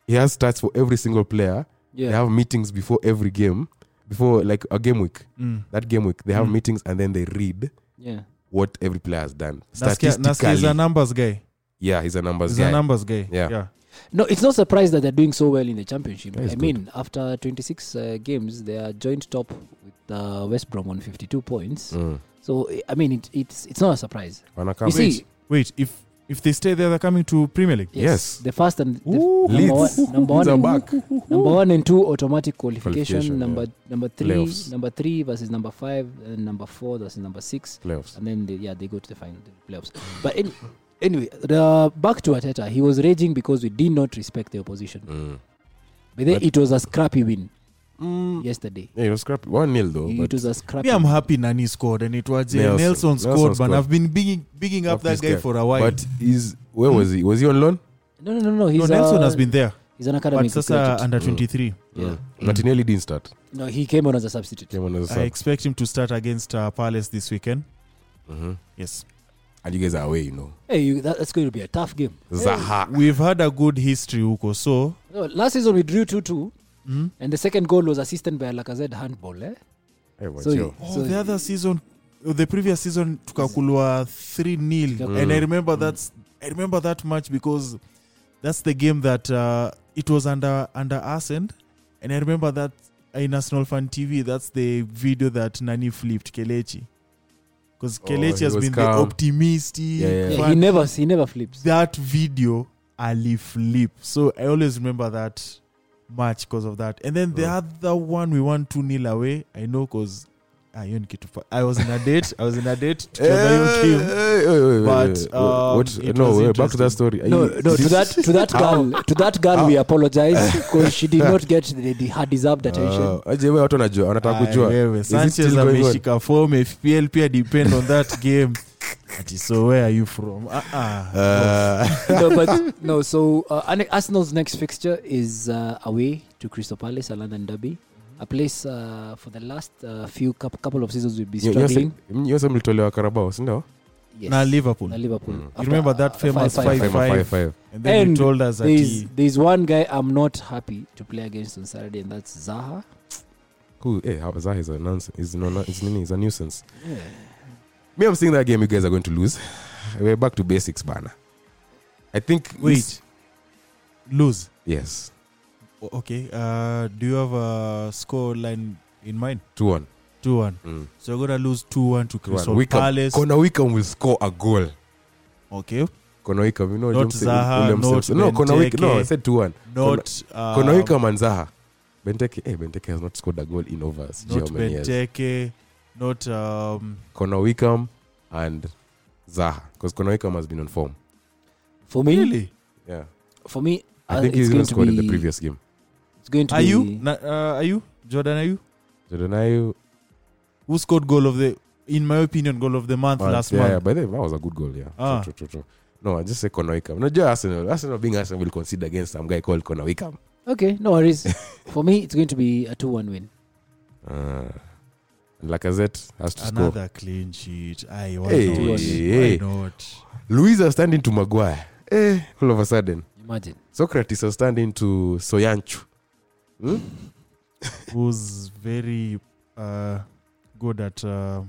C: he has stats for every single player
D: yeah.
C: they have meetings before every game before like a game week
E: Mm.
C: that game week they have
E: Mm.
C: meetings and then they read
D: yeah.
C: what every player has done
E: Naskia- Naskia is a
C: statistically
E: numbers guy
C: yeah he's a numbers
E: he's
C: guy
E: a numbers guy
C: Yeah.
D: No, it's not surprised that they're doing so well in the championship.
C: That is
D: I
C: good.
D: mean, after 26 uh, games, they are joint top with uh, West Brom on 52 points.
C: Mm.
D: So I- I mean, it, it's it's not a surprise.
C: Wanakam-
D: you see,
E: wait if if they stay there they're coming to premier league
C: Yes.
D: yes, the first and the
C: Ooh,
D: number one,
C: Leeds.
D: number
C: Leeds are
D: one,
C: back.
D: number one and two automatic qualification.
C: Qualification,
D: number number three,
C: Playoffs.
D: number three versus number five, and number four versus number six,
C: playoffs
D: and then they, yeah, they go to the final the playoffs. But any, anyway, the, back to Ateta, he was raging because we did not respect the opposition.
C: mm.
D: But then
C: But-
D: it was a scrappy win Mm.
C: yeah.
D: yesterday.
C: it was scrappy one nil though
D: it
C: Oh, but
D: was a scrappy.
E: Me, I'm happy Nani scored, and it was uh,
C: Nelson.
E: Nelson,
C: Nelson
E: scored,
C: scored.
E: but I've been bigging, bigging up
C: Up
E: that
C: this
E: guy
C: guy.
E: for a while.
C: but is where was he was he on loan
D: No, no, no, no. He's
E: no, Nelson
D: a,
C: uh,
E: has been there,
D: He's an
E: but
D: academic.
E: Sasa
D: graduate.
E: under 23.
D: yeah.
C: Mm. Martinelli didn't start
D: No, he came on as a substitute.
C: came on as a
E: I
C: sub
E: expect him to start against uh, Palace this weekend.
C: Mhm.
E: Yes.
C: and you guys are away, you know.
D: Hey, you, that, that's going to be a tough game.
C: Zaha.
E: We've had a good history, Uko. So,
D: No, last season we drew 2 2,
E: mm?
D: and the second goal was assisted by Lacazette handball. Eh?
C: Hey, watch
D: So you-
C: you.
E: oh,
D: So-
E: the other season, oh, the previous season, tukakulwa 3 0.
D: Mm.
E: And I remember
D: Mm.
E: that's I remember that match because that's the game that uh, it was under under Arsene. And I remember that in National Fan TV, that's the video that Nani flipped Kelechi. Because
C: Oh,
E: Kelechi
C: he
E: has
C: was
E: been the
C: calm.
E: optimistic.
C: Yeah, yeah.
D: Yeah,
E: fan.
D: he never he never flips.
E: that video Ali flip. So I always remember that match because of that. And then the
C: Mm.
E: other one we won 2 nil away. I know ah, because I was in a date. I was in a date. Tukadhani
C: Hey,
E: came.
C: hey, hey, wait, wait,
E: But,
C: wait.
E: um,
C: what?
E: it
C: No,
E: was
C: wait, back to that story. Are
D: No,
C: you-
D: no, to
C: this-
D: that to that girl, to that girl, we apologize because she did not get the, the her deserved attention.
C: Ah, aje, wewe watu wanajua, wanataka
E: Aye,
C: kujua.
E: Ah,
C: Is
E: wewe,
C: it still
E: Sanchez
C: going on?
E: ameshika form FPL pia depend on that game. Ati, so where are you from? Ah, ah.
C: Ah,
D: no, but no. So uh, Arne- Arsenal's next fixture is uh, away to Crystal Palace, a London derby, a place uh, for the last uh, few coup- couple of seasons we've been
C: Nyo- nyose-
D: struggling.
C: nyose mlitolewa karabao sindio Eh.
D: Yes.
E: Na Liverpool.
D: Na Liverpool.
C: Mm. You
D: After,
E: remember that
D: uh,
E: famous Five,
C: Five,
E: five.
C: five, five.
E: And then you
D: And
E: told us that
D: There's,
E: he,
D: there's one guy I'm not happy to play against on Saturday, and that's Zaha.
C: Who- eh, how- Zaha is a nonsense. Is no- is nini? Is a nuisance.
D: Yeah.
C: Me, I'm seeing that game you guys are going to lose. We're back to basics, bana. I think.
E: wait, lose.
C: Yes.
E: O- Okay. Uh, do you have a score line in mind?
C: 2 1.
E: 2 1.
C: Mm.
E: So you're gonna lose two one to
C: 2 1.
E: Crystal
C: Wickham-
E: Palace.
C: Connor Wickham will score a goal.
E: okay.
C: Connor Wickham, you know,
E: Not
C: James-
E: Zaha,
C: Williams-
E: not
C: no, Connor Wick- no, I
E: Benteke.
C: said 2 1.
E: Not uh,
C: Connor Wickham and Zaha. Benteke, eh, Benteke has not scored a goal in over sijui
E: Not
C: how many years.
E: Benteke. Not um,
C: Connor Wickham and Zaha, because Connor Wickham has been on form.
D: For me,
E: really.
C: Yeah,
D: for me,
C: I
D: uh,
C: think
D: it's
C: he's
D: going
C: even
D: to
C: scored
D: be
C: in the previous game.
D: It's going to
E: Are
D: be
E: you? Na, uh, are you Jordan? Are you?
C: Jordan Ayew,
E: Who scored goal of the? In my opinion, goal of the month
C: But-
E: last
C: yeah,
E: month.
C: Yeah, by the way, that was a good goal. Yeah.
E: Ah.
C: True, true, true, true. No, I just say Connor Wickham. No, just Arsenal. Arsenal being Arsenal will concede against some guy called Connor Wickham.
D: okay? No worries. for me, it's going to be a two-one win.
C: Uh, Lacazette has to score.
E: Another clean sheet. Aye, why
C: Hey,
E: not?
C: hey.
E: Why not?
C: Luis has turned into Maguire. Eh, all of a sudden.
D: Imagine.
C: Socrates has turned into Soyanchu. Hmm?
E: Who's very uh, good at uh,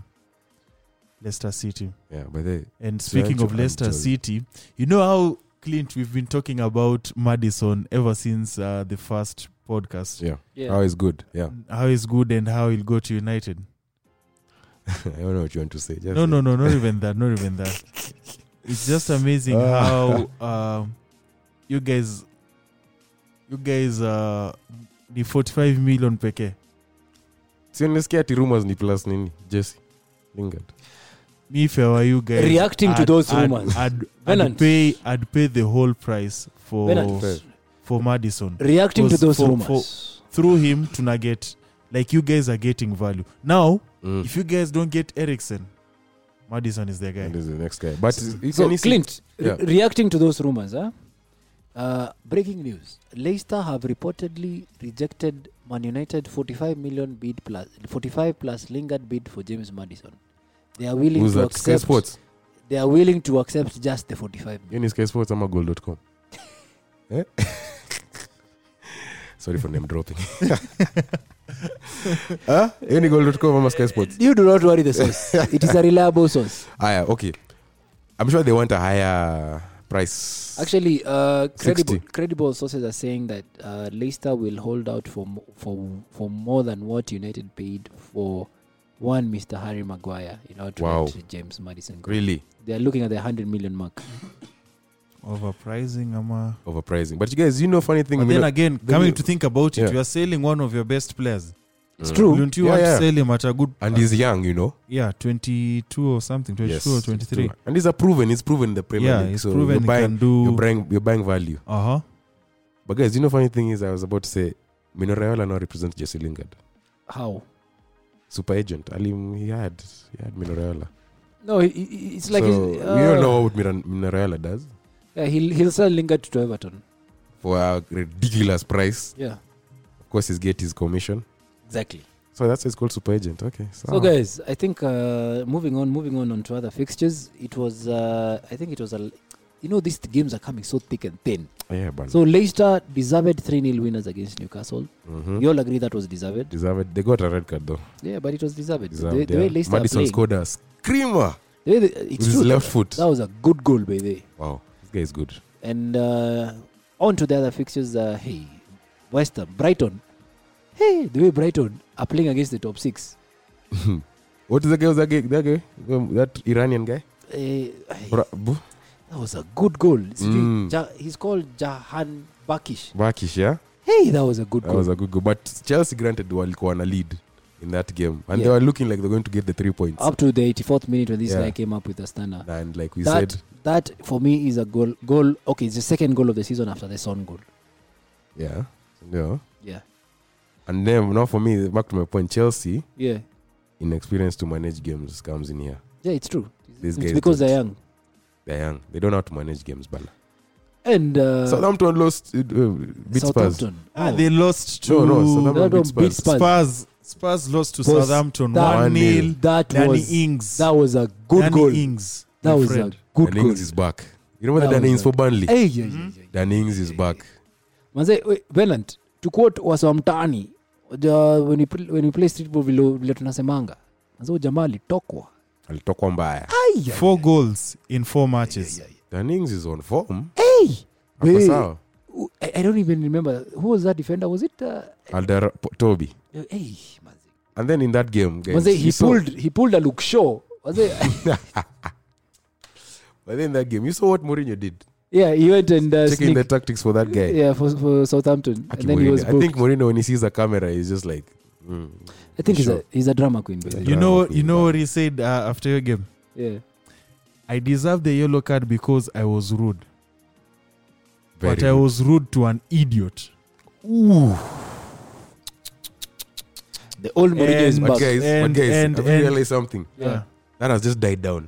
E: Leicester City?
C: Yeah, by the way.
E: And
C: So I
E: speaking
C: ju-
E: of
C: I'm
E: Leicester
C: sorry.
E: City, you know how Clint we've been talking about Madison ever since uh, the first podcast.
C: Yeah.
D: Yeah.
C: Oh, it's good. Yeah.
E: How he's good and how he'll go to United.
C: I don't know what you want to say. Just
E: No,
C: say.
E: no, no, not even that. Not even that. It's just amazing
C: Ah.
E: how um, you guys, you guys, uh, the 45 million peke.
C: Si unasikia ati rumors ni plus nini? Jesse. Lingard.
E: Me, if I were you guys,
D: Reacting to those
E: I'd,
D: rumors.
E: I'd, I'd
D: Venant.
E: pay, I'd pay the whole price for
D: Venant.
C: Fair.
E: for Madison.
D: Reacting to
E: Was
D: those
E: for-
D: rumors.
E: through him tuna get like you guys are getting value now
C: Mm.
E: if you guys don't get ericsson madison is the guy
C: And this is the next guy. But you
D: So,
C: can see-
D: Clint, re-
C: Yeah.
D: reacting to those rumors, huh? uh, breaking news Leicester have reportedly rejected Man United 45 million bid plus 45 plus Lingard bid for James Madison. They are willing
C: Who's
D: to
C: that? Sky
D: accept.
C: Sports.
D: They are willing to accept just the 45 million.
C: hiyo ni skysports ama goal.com eh? sorry for name dropping Ah, hiyo ni goal.com ama skysports
D: You do not worry the source. it is a reliable source.
C: aya okay i'm sure they want a higher price
D: Actually, uh, credible,
C: 60.
D: credible sources are saying that uh, Leicester will hold out for mo- for for more than what United paid for one Mr. Harry Maguire in order to
C: Wow.
D: let James Madison go.
C: really
D: they are looking at the 100 million mark.
E: overpricing ama
C: overpricing but you guys you know funny thing
E: but
C: we
E: then
C: know-
E: again
C: the
E: coming
C: mil-
E: to think about it
C: Yeah.
E: you are selling one of your best players
D: It's
C: Mm.
D: true.
E: don't you
C: Yeah,
E: want
C: yeah.
E: to sell him at a good
C: and he's young you know
E: yeah 22 or something 22 or 23
C: and he's a proven he's proven in the premier
E: yeah
C: league
E: he's
C: so
E: proven
C: you're
E: he
C: buying
E: can do
C: you're buying you're buying value
E: uh-huh
D: Oh.
C: but guys you know funny thing is i was about to say Minoraiola now represents Jesse Lingard
D: How?
C: super agent alim he had he had Minoraiola
D: No, i- i- it's like
C: so,
D: he's-
C: we all
D: uh,
C: know what Miran- Minarella does
D: yeah, he'll he'll sell Lingard to Everton.
C: for a ridiculous price.
D: Yeah,
C: Of course, he's get his commission.
D: exactly.
C: So that's why it's called super agent. Okay. So,
D: So, guys, I think uh, moving on, moving on, on to other fixtures. It was, uh, I think it was a, l- you know, these games are coming so thick and thin.
C: yeah, but
D: So Leicester deserved three 0 winners against Newcastle.
C: Mhm.
D: You all agree that was deserved.
C: deserved. They got a red card though.
D: Yeah, but it was deserved.
C: Deserved,
D: the, the way
C: yeah.
D: Leicester
C: Madison
D: are playing,
C: scored a screamer
D: the way they-
C: with
D: it's
C: his
D: true.
C: left foot.
D: That was a good goal by the way.
C: Wow, this guy is good.
D: And uh, on to the other fixtures. Uh, hey, West Ham, Brighton. Hey, the way Brighton are playing against the top six.
C: What is the guy? Was that guy? That guy? Um, That Iranian guy?
D: Eh, hey,
C: Bra- bu-
D: that was a good goal. Sijui,
C: Mm.
D: Ja- he's called Jahan Bakish.
C: Bakish, yeah.
D: Hey, that was a good
C: That
D: goal.
C: was a good goal. But Chelsea granted walikuwa na lead in that game, and they
D: Yeah.
C: were looking like they're going to get the three points.
D: Up to the 84th minute when this
C: Yeah.
D: guy came up with a stunner.
C: And like we
D: that
C: said,
D: that for me is a goal. Goal. Okay, it's the second goal of the season after the Son goal.
C: yeah, yeah.
D: Yeah,
C: And then now for me, back to my point, Chelsea
D: yeah,
C: inexperience to manage games comes in here.
D: yeah. It's true.
C: These
D: it's
C: guys
D: because
C: don't.
D: they're young.
C: They're young. They don't know how to manage games, bana.
D: And uh,
C: Southampton lost, uh, uh, beat Spurs.
D: Southampton.
E: Ah,
D: Oh.
E: they lost to
C: No, no, Southampton
D: Southampton
C: beat
D: beat
C: Spurs.
D: Spurs.
E: Spurs. Spurs lost to
D: Boss,
E: Southampton
D: that-
E: 1 0.
D: That
E: Danny
D: was
E: Ings.
D: that was a good
E: Danny
D: goal.
E: Ings.
D: That
E: my
D: was
E: friend.
D: a good
C: Danny
D: goal.
C: Ings is back. You remember
D: That
C: the
D: was
C: Danny Ings
D: a-
C: for Burnley?
D: Hey, yeah, yeah,
E: Mhm.
D: yeah, yeah.
C: Danny Ings is back.
D: Manze, we- Bernard, to quote wasamtani the, when, we pl- when we play street ball vile vile tunasemanga manze huyu jamaa alitokwa
C: Alitokwa mbaya.
E: Four goals in four matches.
C: Danny Ings is on form.
D: hey,
C: Ako
D: Hey.
C: sawa.
D: who- I, I don't even remember who was that defender was it uh,
C: Aldar Toby.
D: hey, manze.
C: And then in that game, guys,
D: Manze, he
C: you saw-
D: pulled he pulled a look show Manze,
C: But then in that game, you saw what Mourinho did.
D: yeah he went and uh,
C: Checking the
D: sneaked,
C: tactics for that guy.
D: yeah for, for Southampton
C: Eh. Aki
D: and then he
C: Mourinho. I
D: was
C: think
D: booked.
C: Mourinho, when he sees the camera, he's just like, mm.
D: I think he's a
C: Sure.
D: he's a drama queen by the way.
E: You
C: Yeah,
E: know,
C: okay,
E: you
C: yeah.
E: know what he said uh, after your game.
D: yeah
E: I deserve the yellow card because I was rude,
C: Very
E: but I
C: good.
E: was rude to an idiot.
D: the old Mourinho is
E: And-
C: But
D: back
C: guys,
E: And-
C: but guys,
E: and-
C: I've
E: and-
C: realized something.
D: Yeah.
C: That has just died down.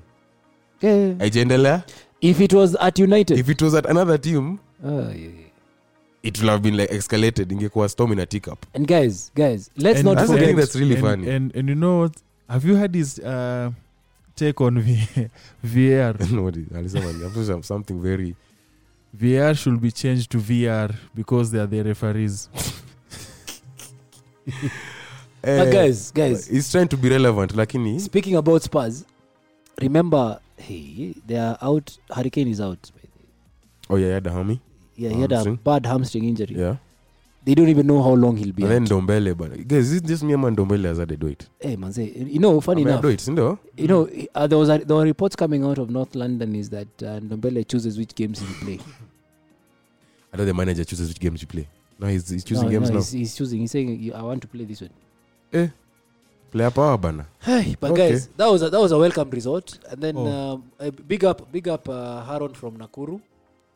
D: yeah.
C: Aijendela,
D: if it was at United
C: if it was at another team,
D: Ah, yeah, yeah.
C: it would have been like escalated. Ingekuwa storm in a teacup.
D: And guys, guys, let's not
C: that's the
D: forget.
C: thing that's really
E: and,
C: funny.
E: And and you know what? Have you had his uh, take on V- VAR?
C: No, what is- alisema ni- I'm sure some- something very.
E: VAR should be changed to VR because they are the referees.
D: But
C: Eh,
D: guys, guys,
C: he's trying to be relevant, lakini
D: speaking about Spurs, remember, hey, they are out. Hurricane is out.
C: oh yeah, yeah, Dahami,
D: Yeah, he had a
C: Hamstring.
D: bad hamstring injury.
C: yeah.
D: They don't even know how long he'll be.
C: And then
D: out.
C: Dombele, but guys, this just me and Dombele has had a do it.
D: Hey, man, say, you know, funny
C: I mean, I
D: enough,
C: do it, you know?
D: you know, uh, there was a, there were reports coming out of North London is that uh, Ndombele chooses which games he play.
C: I know the manager chooses which games you play. No, he's, he's choosing
D: no,
C: games
D: no,
C: now.
D: He's, he's choosing. He's saying, "You- I want to play this one.
C: Player power banner.
D: Hey, but
C: Okay.
D: guys, that was a, that was a welcome result. And then
E: Oh.
D: um, uh, big up, big up, uh, Haron from Nakuru.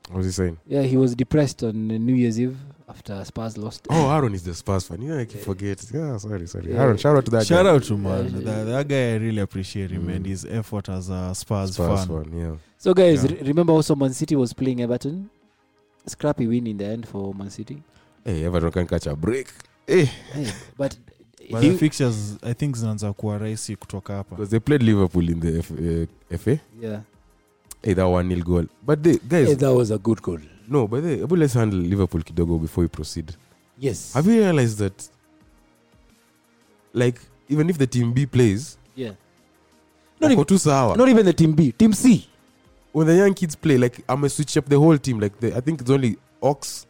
C: What was he saying?
D: Yeah, he was depressed on uh, New Year's Eve after Spurs lost.
C: Oh, Aaron is the Spurs fan. Yeah, I keep forget. Yeah, sorry, sorry.
D: Yeah.
C: Aaron, shout out to that
E: Shout
C: guy.
E: out to man.
D: Yeah.
E: That, that guy I really appreciate him
C: Mm.
E: and his effort as a Spurs,
C: Spurs
E: fan.
C: fan, yeah.
D: so guys,
E: Yeah.
D: re- remember also Man City was playing Everton. Scrappy win in the end for Man City.
C: Hey, Everton Eh, can catch a break. Eh, Hey,
D: Hey, but
E: But
D: do
E: the
D: you-
E: fixtures I think zinaanza kuwa rahisi kutoka hapa.
C: because they played Liverpool in the F- uh, FA.
D: yeah,
C: Hey, that one nil goal. But they, guys,
D: Hey, that was a good goal.
C: no, but they, but let's handle Liverpool kidogo before we proceed.
D: Yes.
C: Have you realized that, like, even if the team B plays,
D: yeah. Not
C: wako
D: even,
C: tu sawa.
D: not even the team B, team C.
C: When the young kids play, like, I'm a switch up the whole team. Like, the, I think it's only Ox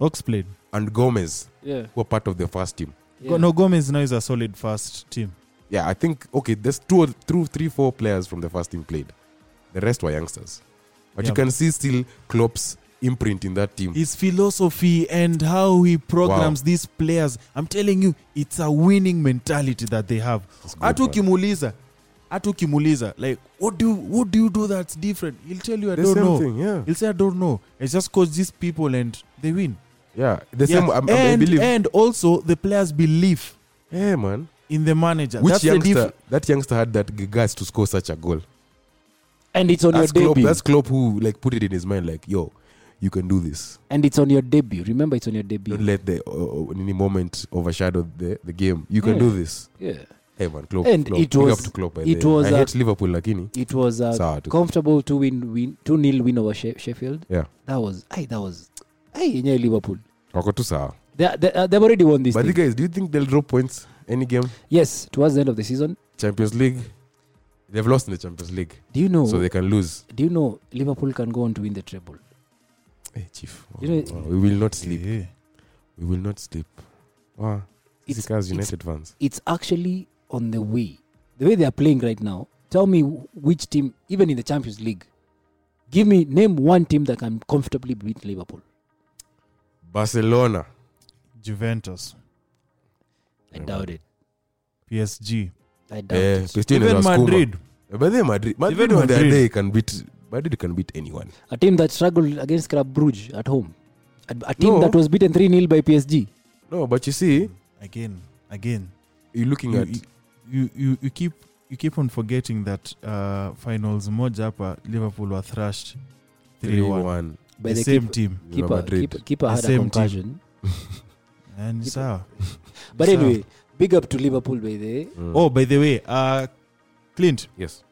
E: Ox played.
C: and Gomez
D: Yeah.
C: who are part of the first team.
E: Go- No, Gomez now is a solid first team.
C: Yeah, I think okay. There's two, or two, three, four players from the first team played. The rest were youngsters, but
E: Yeah.
C: you can see still Klopp's imprint in that team.
E: his philosophy and how he programs
C: Wow.
E: these players i'm telling you it's a winning mentality that they have
C: That's good,
E: hata
C: man.
E: ukimuuliza hata ukimuuliza like what do, you, what do you do that's different he'll tell you i
C: The
E: don't
C: same
E: know
C: thing, yeah,
E: he'll say i don't know it's just coach these people and they win
C: yeah. The
E: Yeah.
C: same. I'm, I'm-
E: and,
C: I believe.
E: and also the players believe
C: yeah, man.
E: in the manager
C: Which
E: that's the
C: youngster?
E: diff-
C: That youngster had that g- guts to score such a goal.
D: And it's on
C: That's
D: your
C: Klopp.
D: debut.
C: That's Klopp who like put it in his mind, like, yo, you can do this.
D: and it's on your debut. Remember, it's on your debut.
C: Don't let the uh, uh, any moment overshadow the, the game. You can
D: Yeah.
C: do this.
D: yeah,
C: Hey man, Klopp,
D: And
C: Klopp.
D: it
C: Big
D: was-
C: up to Klopp by
D: it
C: the way.
D: was
C: I
D: a-
C: hate Liverpool lakini
D: it was a
C: sawa tu.
D: comfortable two win, win two nil win over she- Sheffield.
C: Yeah.
D: that was hey, that was hey, yeah, Liverpool.
C: Wako tu sawa.
D: They, they, uh, they've already won this.
C: But
D: Thing.
C: you guys, do you think they'll drop points any game?
D: Yes, towards the end of the season.
C: Champions League. They've lost in the Champions League,
D: Do you know?
C: so they can lose.
D: do you know Liverpool can go on to win the treble?
C: Hey, chief,
D: You know-
C: wow, Oh, we will
E: eh.
C: not sleep.
E: Yeah.
C: We will not sleep. Wow. It's,
D: It's- it's-
C: United fans.
D: it's actually on the way. The way they are playing right now, tell me which team, even in the Champions League, give me name one team that can comfortably beat Liverpool.
C: Barcelona.
E: Juventus,
D: I doubt it.
E: PSG,
D: I doubt
C: Eh,
D: it.
C: Cristiano
E: even
C: Vascuma.
E: Madrid.
C: By the way, Eh, Madrid, Madrid
E: Even
C: on their
E: Madrid.
C: day can beat Madrid can beat anyone.
D: A team that struggled against Club Brugge at home. A, a team
C: No.
D: that was beaten 3 0 by PSG.
C: No, but you see,
E: Again, again.
C: you're looking
E: You-
C: at
E: You, you you keep you keep on forgetting that uh, finals moja hapa Liverpool were thrashed 3-1.
C: 3-1
D: By
E: The,
D: the,
E: same
D: keep-
E: team.
C: Real
D: keeper,
C: Madrid.
D: keeper, keeper
E: The
D: had a
E: same team.
D: concussion.
E: And
D: Keep-
E: sawa.
D: But
E: Sawa.
D: anyway, big up to Liverpool by the way.
C: Mm.
E: Oh, by the way, uh, Clint,
C: yes.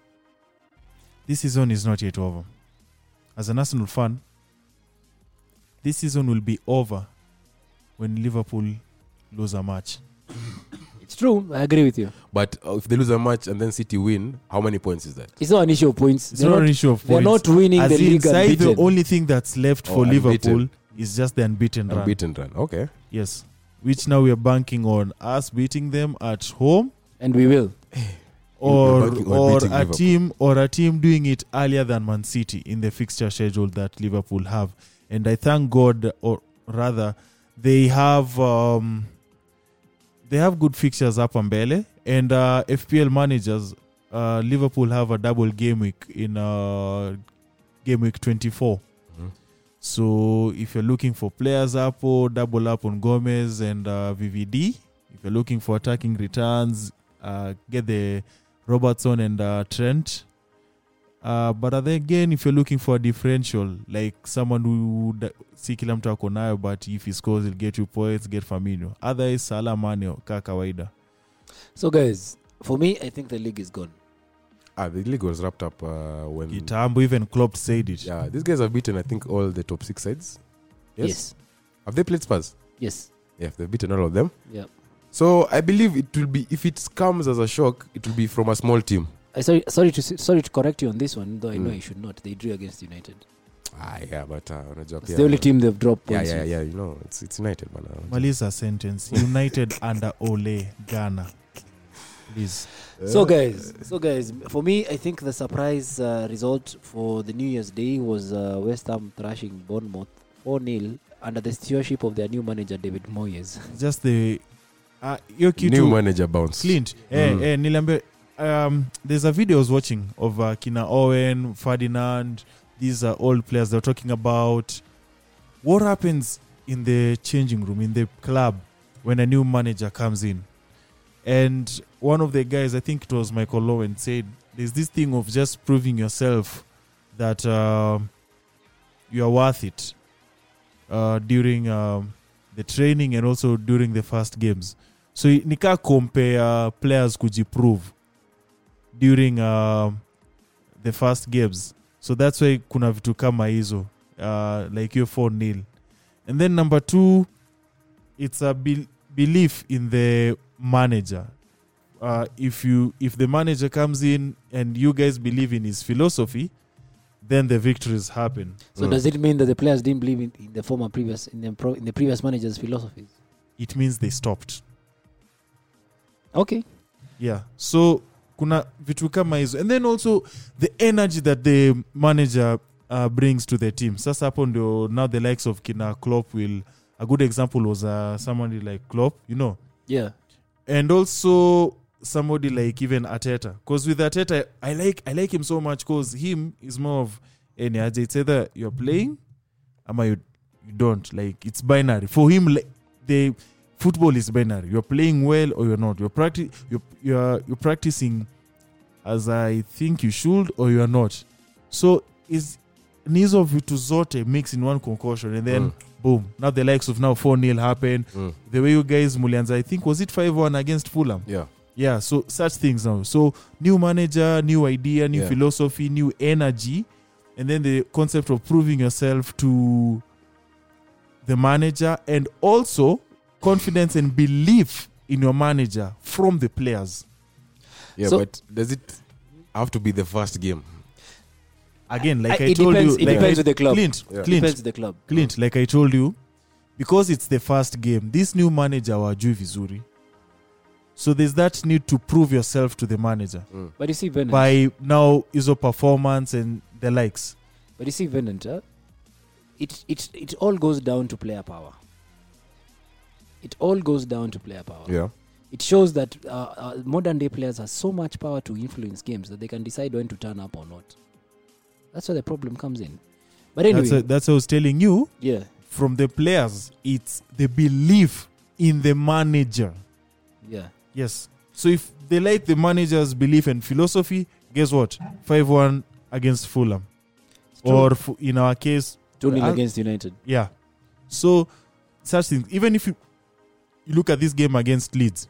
E: this season is not yet over. As an Arsenal fan, this season will be over when Liverpool lose a match.
D: It's true. I agree with you.
C: But uh, if they lose a match and then City win, how many points is that?
D: It's not an issue of points.
E: It's
D: They're
E: not,
D: not,
E: an issue of
D: they're
E: points.
D: not winning
E: As
D: the
E: in,
D: league.
E: Sai, the
D: unbeaten.
E: only thing that's left
C: Oh,
E: for Liverpool
C: unbeaten.
E: is just the unbeaten run.
C: Unbeaten run. Okay.
E: Yes, which now we are banking on us beating them at home.
D: and we will.
E: Or,
C: banking on
E: or a
C: beating Liverpool.
E: team or a team doing it earlier than Man City in the fixture schedule that Liverpool have, and I thank God, or rather, they have um, they have good fixtures up and mbele, and uh, FPL managers, uh, Liverpool have a double game week in uh, game week twenty
C: Mhm.
E: So if you're looking for players up or double up on Gomez and uh, VVD, if you're looking for attacking returns, uh, get the Robertson and uh, Trent. Uh, but then again, if you're looking for a differential, like someone who da- si kila mtu ako nayo but if he scores he'll get you points get Firmino. Otherwise Salah Mane ka kawaida.
D: So, guys, for me, I think the league is gone.
C: Ah, the league was wrapped up uh, when.
E: Kitambo even Klopp said it.
C: Yeah, these guys have beaten I think all the top six sides. Yes.
D: Yes.
C: Have they played Spurs?
D: Yes.
C: Yeah, they've beaten all of them.
D: Yeah.
C: So I believe it will be if it comes as a shock, it will be from a small team.
D: I sorry, sorry to s- sorry to correct you on this one, though I know
C: Mm.
D: I should not. They drew against United.
C: Ah, yeah, but uh, unajua
D: It's
C: pia-
D: the only team they've dropped
C: Yeah,
D: points.
C: yeah,
D: with.
C: yeah. You know, it's it's United, man.
E: Maliza sentence. United under Ole Ghana. Please.
D: So guys, so guys, for me, I think the surprise uh, result for the New Year's Day was uh, West Ham thrashing Bournemouth four 0 under the stewardship of their new manager David Moyes.
E: Just the uh, your kitu
C: new manager bounce.
E: Clint. Eh,
C: Mm.
E: eh, niliambia um, there's a video I was watching of uh, Kina Owen, Ferdinand. These are all players they're talking about. What happens in the changing room, in the club, when a new manager comes in? And one of the guys, I think it was Michael Owen, said there's this thing of just proving yourself that um you are worth it uh, during um, the training and also during the first games so i- nika compare players kujiprove during uh, the first games so that's why kuna vitu kama hizo uh, like your 4 nil and then number two it's a bel belief in the manager uh, if you if the manager comes in and you guys believe in his philosophy then the victories happen
D: So
C: Mm.
D: does it mean that the players didn't believe in, in the former previous in the pro, in the previous manager's philosophies?
E: it means they stopped
D: Okay.
E: yeah so kuna vitu kama hizo and then also the energy that the manager uh, brings to the team sasa hapo ndio now the likes of kina clop will a good example was uh, somebody like clop you know
D: Yeah.
E: and also somebody like even Ateta. Because with Ateta, I like I like him so much because him is more of any it's either you're playing, ama you you don't. Like it's binary for him. Like, the football is binary. You're playing well or you're not. You're practice you're you're you're practicing as I think you should or you're not. So is ni hizo vitu zote mix in one concussion and then
C: Mm.
E: boom now the likes of now 4 nil happen
C: Mm.
E: the way you guys mulianza i think was it 5-1 against fulham
C: Yeah.
E: yeah so such things now so new manager new idea new
C: Yeah.
E: philosophy new energy and then the concept of proving yourself to the manager and also confidence and belief in your manager from the players
C: Yeah,
D: So-
C: but does it have to be the first game?
E: again like
D: I-
E: i,
D: it
E: told
D: depends- it
E: you like
D: depends with the club.
E: clint
C: Yeah.
E: clint
D: depends the club.
E: clint like i told you because it's the first game this new manager wajui vizuri so there's that need to prove yourself to the manager
D: But you see, Bennett.
E: by now iso performance and the likes
D: But you see, Venant, uh, it, it, it all goes down to player power. It all goes down to player power.
C: Yeah.
D: It shows that uh, uh, modern day players have so much power to influence games that they can decide when to turn up or not. That's where the problem comes in. But anyway,
E: that's, a, that's what i was telling you
D: yeah,
E: from the players it's the belief in the manager
D: yeah.
E: yes so if they like the manager's belief and philosophy guess what 5-1 against fulham
D: It's true.
E: or fu- in our case
D: two nil
E: I'll-
D: against United.
E: Yeah. So such things. Even if you, you look at this game against Leeds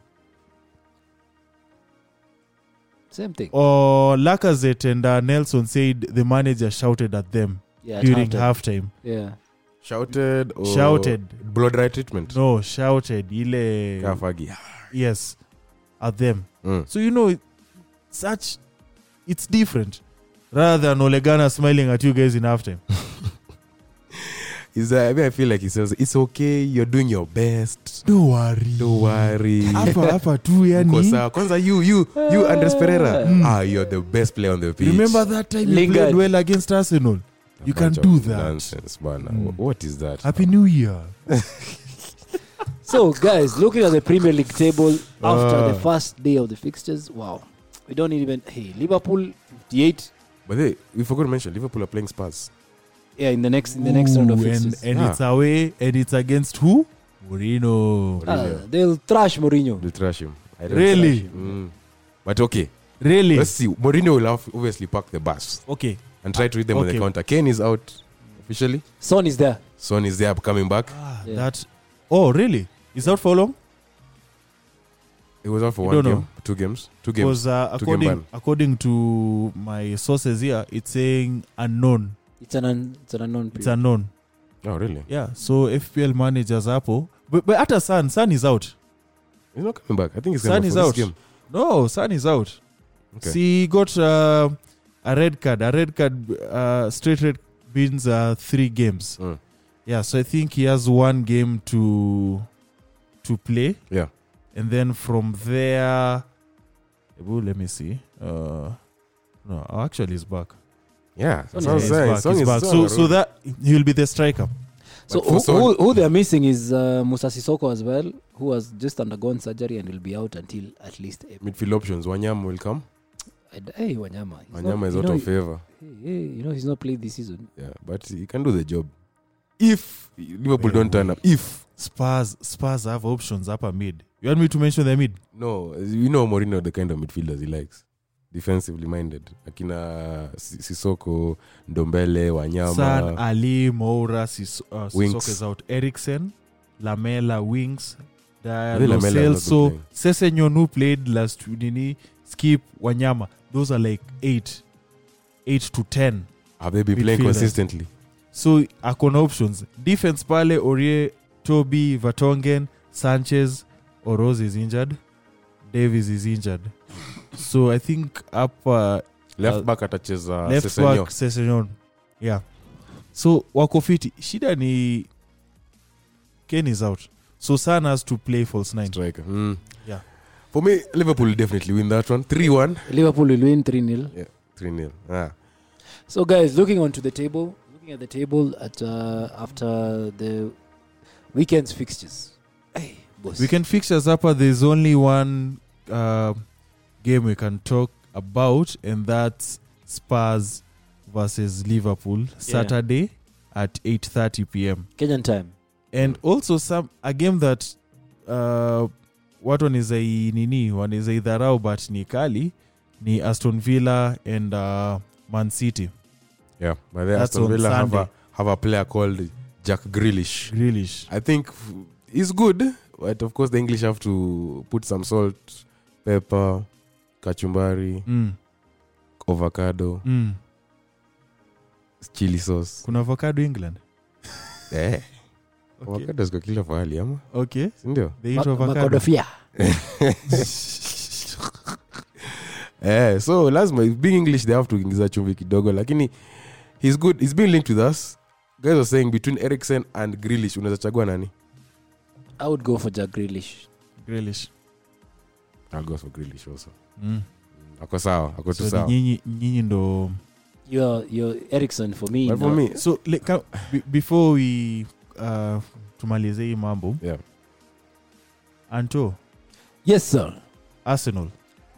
D: Same thing.
E: or Lacazette and uh, Nelson said the manager shouted at them
D: yeah, at
E: during
D: halftime.
E: halftime.
D: Yeah,
C: Shouted or
E: Shouted.
C: blood dry treatment.
E: No, shouted ile
C: Yeah, Fergie.
E: yes at them.
C: Mm.
E: So you know it- such it's different rather than Olegana smiling at you guys in halftime.
C: Is that, I mean, I feel like he says it's okay. You're doing your best.
E: Don't worry.
C: Don't worry.
E: hapa hapa tu
C: Uko
E: yani.
C: sawa. Kwanza you you you Andres Pereira. Ah, you're the best player on the pitch.
E: Eh. Mm. Remember that time you
D: Lingard.
E: played well against Arsenal.
C: A
E: You can
C: bunch of
E: do that.
C: Nonsense, bana.
E: Mm.
C: Wh- What is that?
E: Happy New Year.
D: So, guys, looking at the Premier League table after
E: Ah.
D: the first day of the fixtures, wow. We don't even. Hey, Liverpool 58.
C: But hey, we forgot to mention Liverpool are playing Spurs.
D: Yeah, in the next in the next round of
E: Ooh,
D: fixtures.
E: and, and
C: Ah.
E: it's away and it's against who Mourinho
D: Ah,
C: Mourinho.
D: they'll trash Mourinho.
C: They'll trash him. I don't
E: really
C: Mm. But okay,
E: really
C: let's see. Mourinho will have obviously park the bus
E: okay
C: and try to read them on the
E: Okay.
C: counter. Kane is out officially.
D: Son is there.
C: Son is there coming back.
E: ah,
D: Yeah.
E: that oh really is that for long
C: It was out for
E: You
C: one
E: don't
C: game,
E: know.
C: two games, two games.
E: because uh,
C: Two game
E: according
C: ban.
E: according to my sources here it's saying unknown
D: It's an un, it's an unknown
E: it's
D: period.
E: unknown
C: Oh, really?
E: yeah so FPL managers hapo but, but hata Sun Sun is out
C: He's not coming back. I think he's
E: Son
C: coming
E: is
C: for
E: out.
C: this game.
E: no Sun is out
C: Okay.
E: see he got uh, a red card a red card uh, straight red means uh, three games
C: Mm.
E: Yeah, so I think he has one game to to play.
C: Yeah.
E: And then from there Ebu, let me see. Uh no, oh, actually he's back.
C: Yeah, that's
D: is-
C: what I'm
E: he's
C: saying.
E: back,
C: Son
E: he's
C: is
E: back.
C: Son
E: So
C: is
E: so
C: out.
E: that he'll be the striker.
D: So
C: But for
D: who,
C: Son-
D: who, who they're missing is uh, Musa Sissoko as well, who has just undergone surgery and will be out until at least April.
C: midfield options. Wanyama will come.
D: And, hey, Wanyama. He's
C: Wanyama
D: not,
C: is
D: you
C: out
D: know,
C: of favor.
D: hey, hey, you know he's not played this season.
C: Yeah, but he can do the job. If Liverpool don't turn up, if
E: Spurs Spurs have options upper mid. You want me to mention the mid?
C: no, you know Mourinho the kind of midfielders he likes, defensively minded. Akina S- Sissoko, Ndombele, Wanyama.
E: San Ali, Moura, Sis, uh,
C: Winks.
E: Sissoko is out. Eriksen, Lamela, Wings, Dyer,
C: think
E: Lo
C: Lamela has not
E: Celso,
C: been
E: Sesenyon who played last Nini, Skip, Wanyama. Those are like eight, eight to ten.
C: Have they been playing
E: uh, Midfielders.
C: consistently?
E: So akona options. Defense pale Orie, Toby, Vertonghen, Sanchez, Oroz is injured, Davis is injured. So I think up uh,
C: Left
E: Uh,
C: back atacheza
E: left
C: Sesenyo.
E: back Sessignon. yeah so wako fiti shida ni ken is out so san has to play false nine
C: striker. Mm.
E: Yeah.
C: For me, Liverpool will definitely win that one. 3 1.
D: Liverpool will win 3 0.
C: 3 0. Ah.
D: So, guys, looking onto the table, looking at the table at uh, after the weekend's fixtures. Hey, boss.
E: we can fix us up there's only one uh, game we can talk about and that's spurs versus liverpool saturday at 8.30 p.m
D: Kenyan time.
E: and also some a game that uh, watu wanawezai nini wanawezai dharau but ni kali ni aston villa and uh, man city
C: Yeah, but they
E: That's
C: Aston
E: on
C: Villa have a,
E: Sunday.
C: have a player called Jack Grealish.
E: Grealish.
C: I think f- he's good, but of course the English have to put some salt, pepper, kachumbari,
E: Mm,
C: avocado,
E: mm.
C: chili sauce.
E: kuna avocado england
C: Eh,
E: okay.
C: avocado ziko kila pahali ama
E: okay.
C: sindio?
E: they eat
D: Ma-
E: avocado
D: Macadofia.
C: eh, so lazima being english they have to ingiza chumvi kidogo lakini he's good he's been linked with us guys are saying between erikson and grilish unaweza chagua nani
D: I would go for Jack Grealish.
E: Grealish.
C: I'll go for grilish also
E: Mm.
C: Mm, ako sawa ako tu
E: So
C: sawa
E: ni nyinyi nyinyi ndo
D: You're you're Ericsson for me.
C: But for
D: no.
C: me
E: so le, ka, be- before we uh, tumalize hii mambo
C: Yeah.
E: anto
D: Yes, sir.
E: arsenal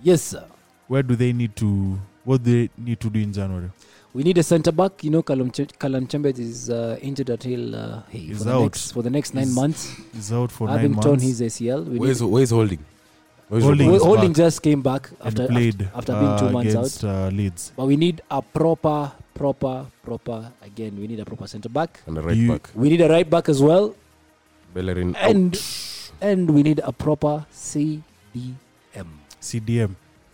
D: Yes, sir.
E: where do they need to what do they need to do in january
D: We need a centre back. You know, Callum, Ch- Callum Chambers is uh, injured until uh, hey,
E: He's
D: for, the
E: out.
D: Next, for the next nine
E: He's
D: months.
E: is out for nine
D: Having torn
E: months
D: his ACL, we
C: where's,
D: need,
C: where's holding where's
E: Holding
D: Hol-
E: is
D: Holding
E: back
D: just came back
E: and
D: after,
E: played
D: after being two
E: uh,
D: months
E: against uh, leeds
D: but we need a proper, proper, proper. Again, we need a proper centre back.
C: and a right
E: You-
C: back
D: We need a right back as well,
C: bellerin
D: and
C: out.
D: and we need a proper CDM.
E: cdm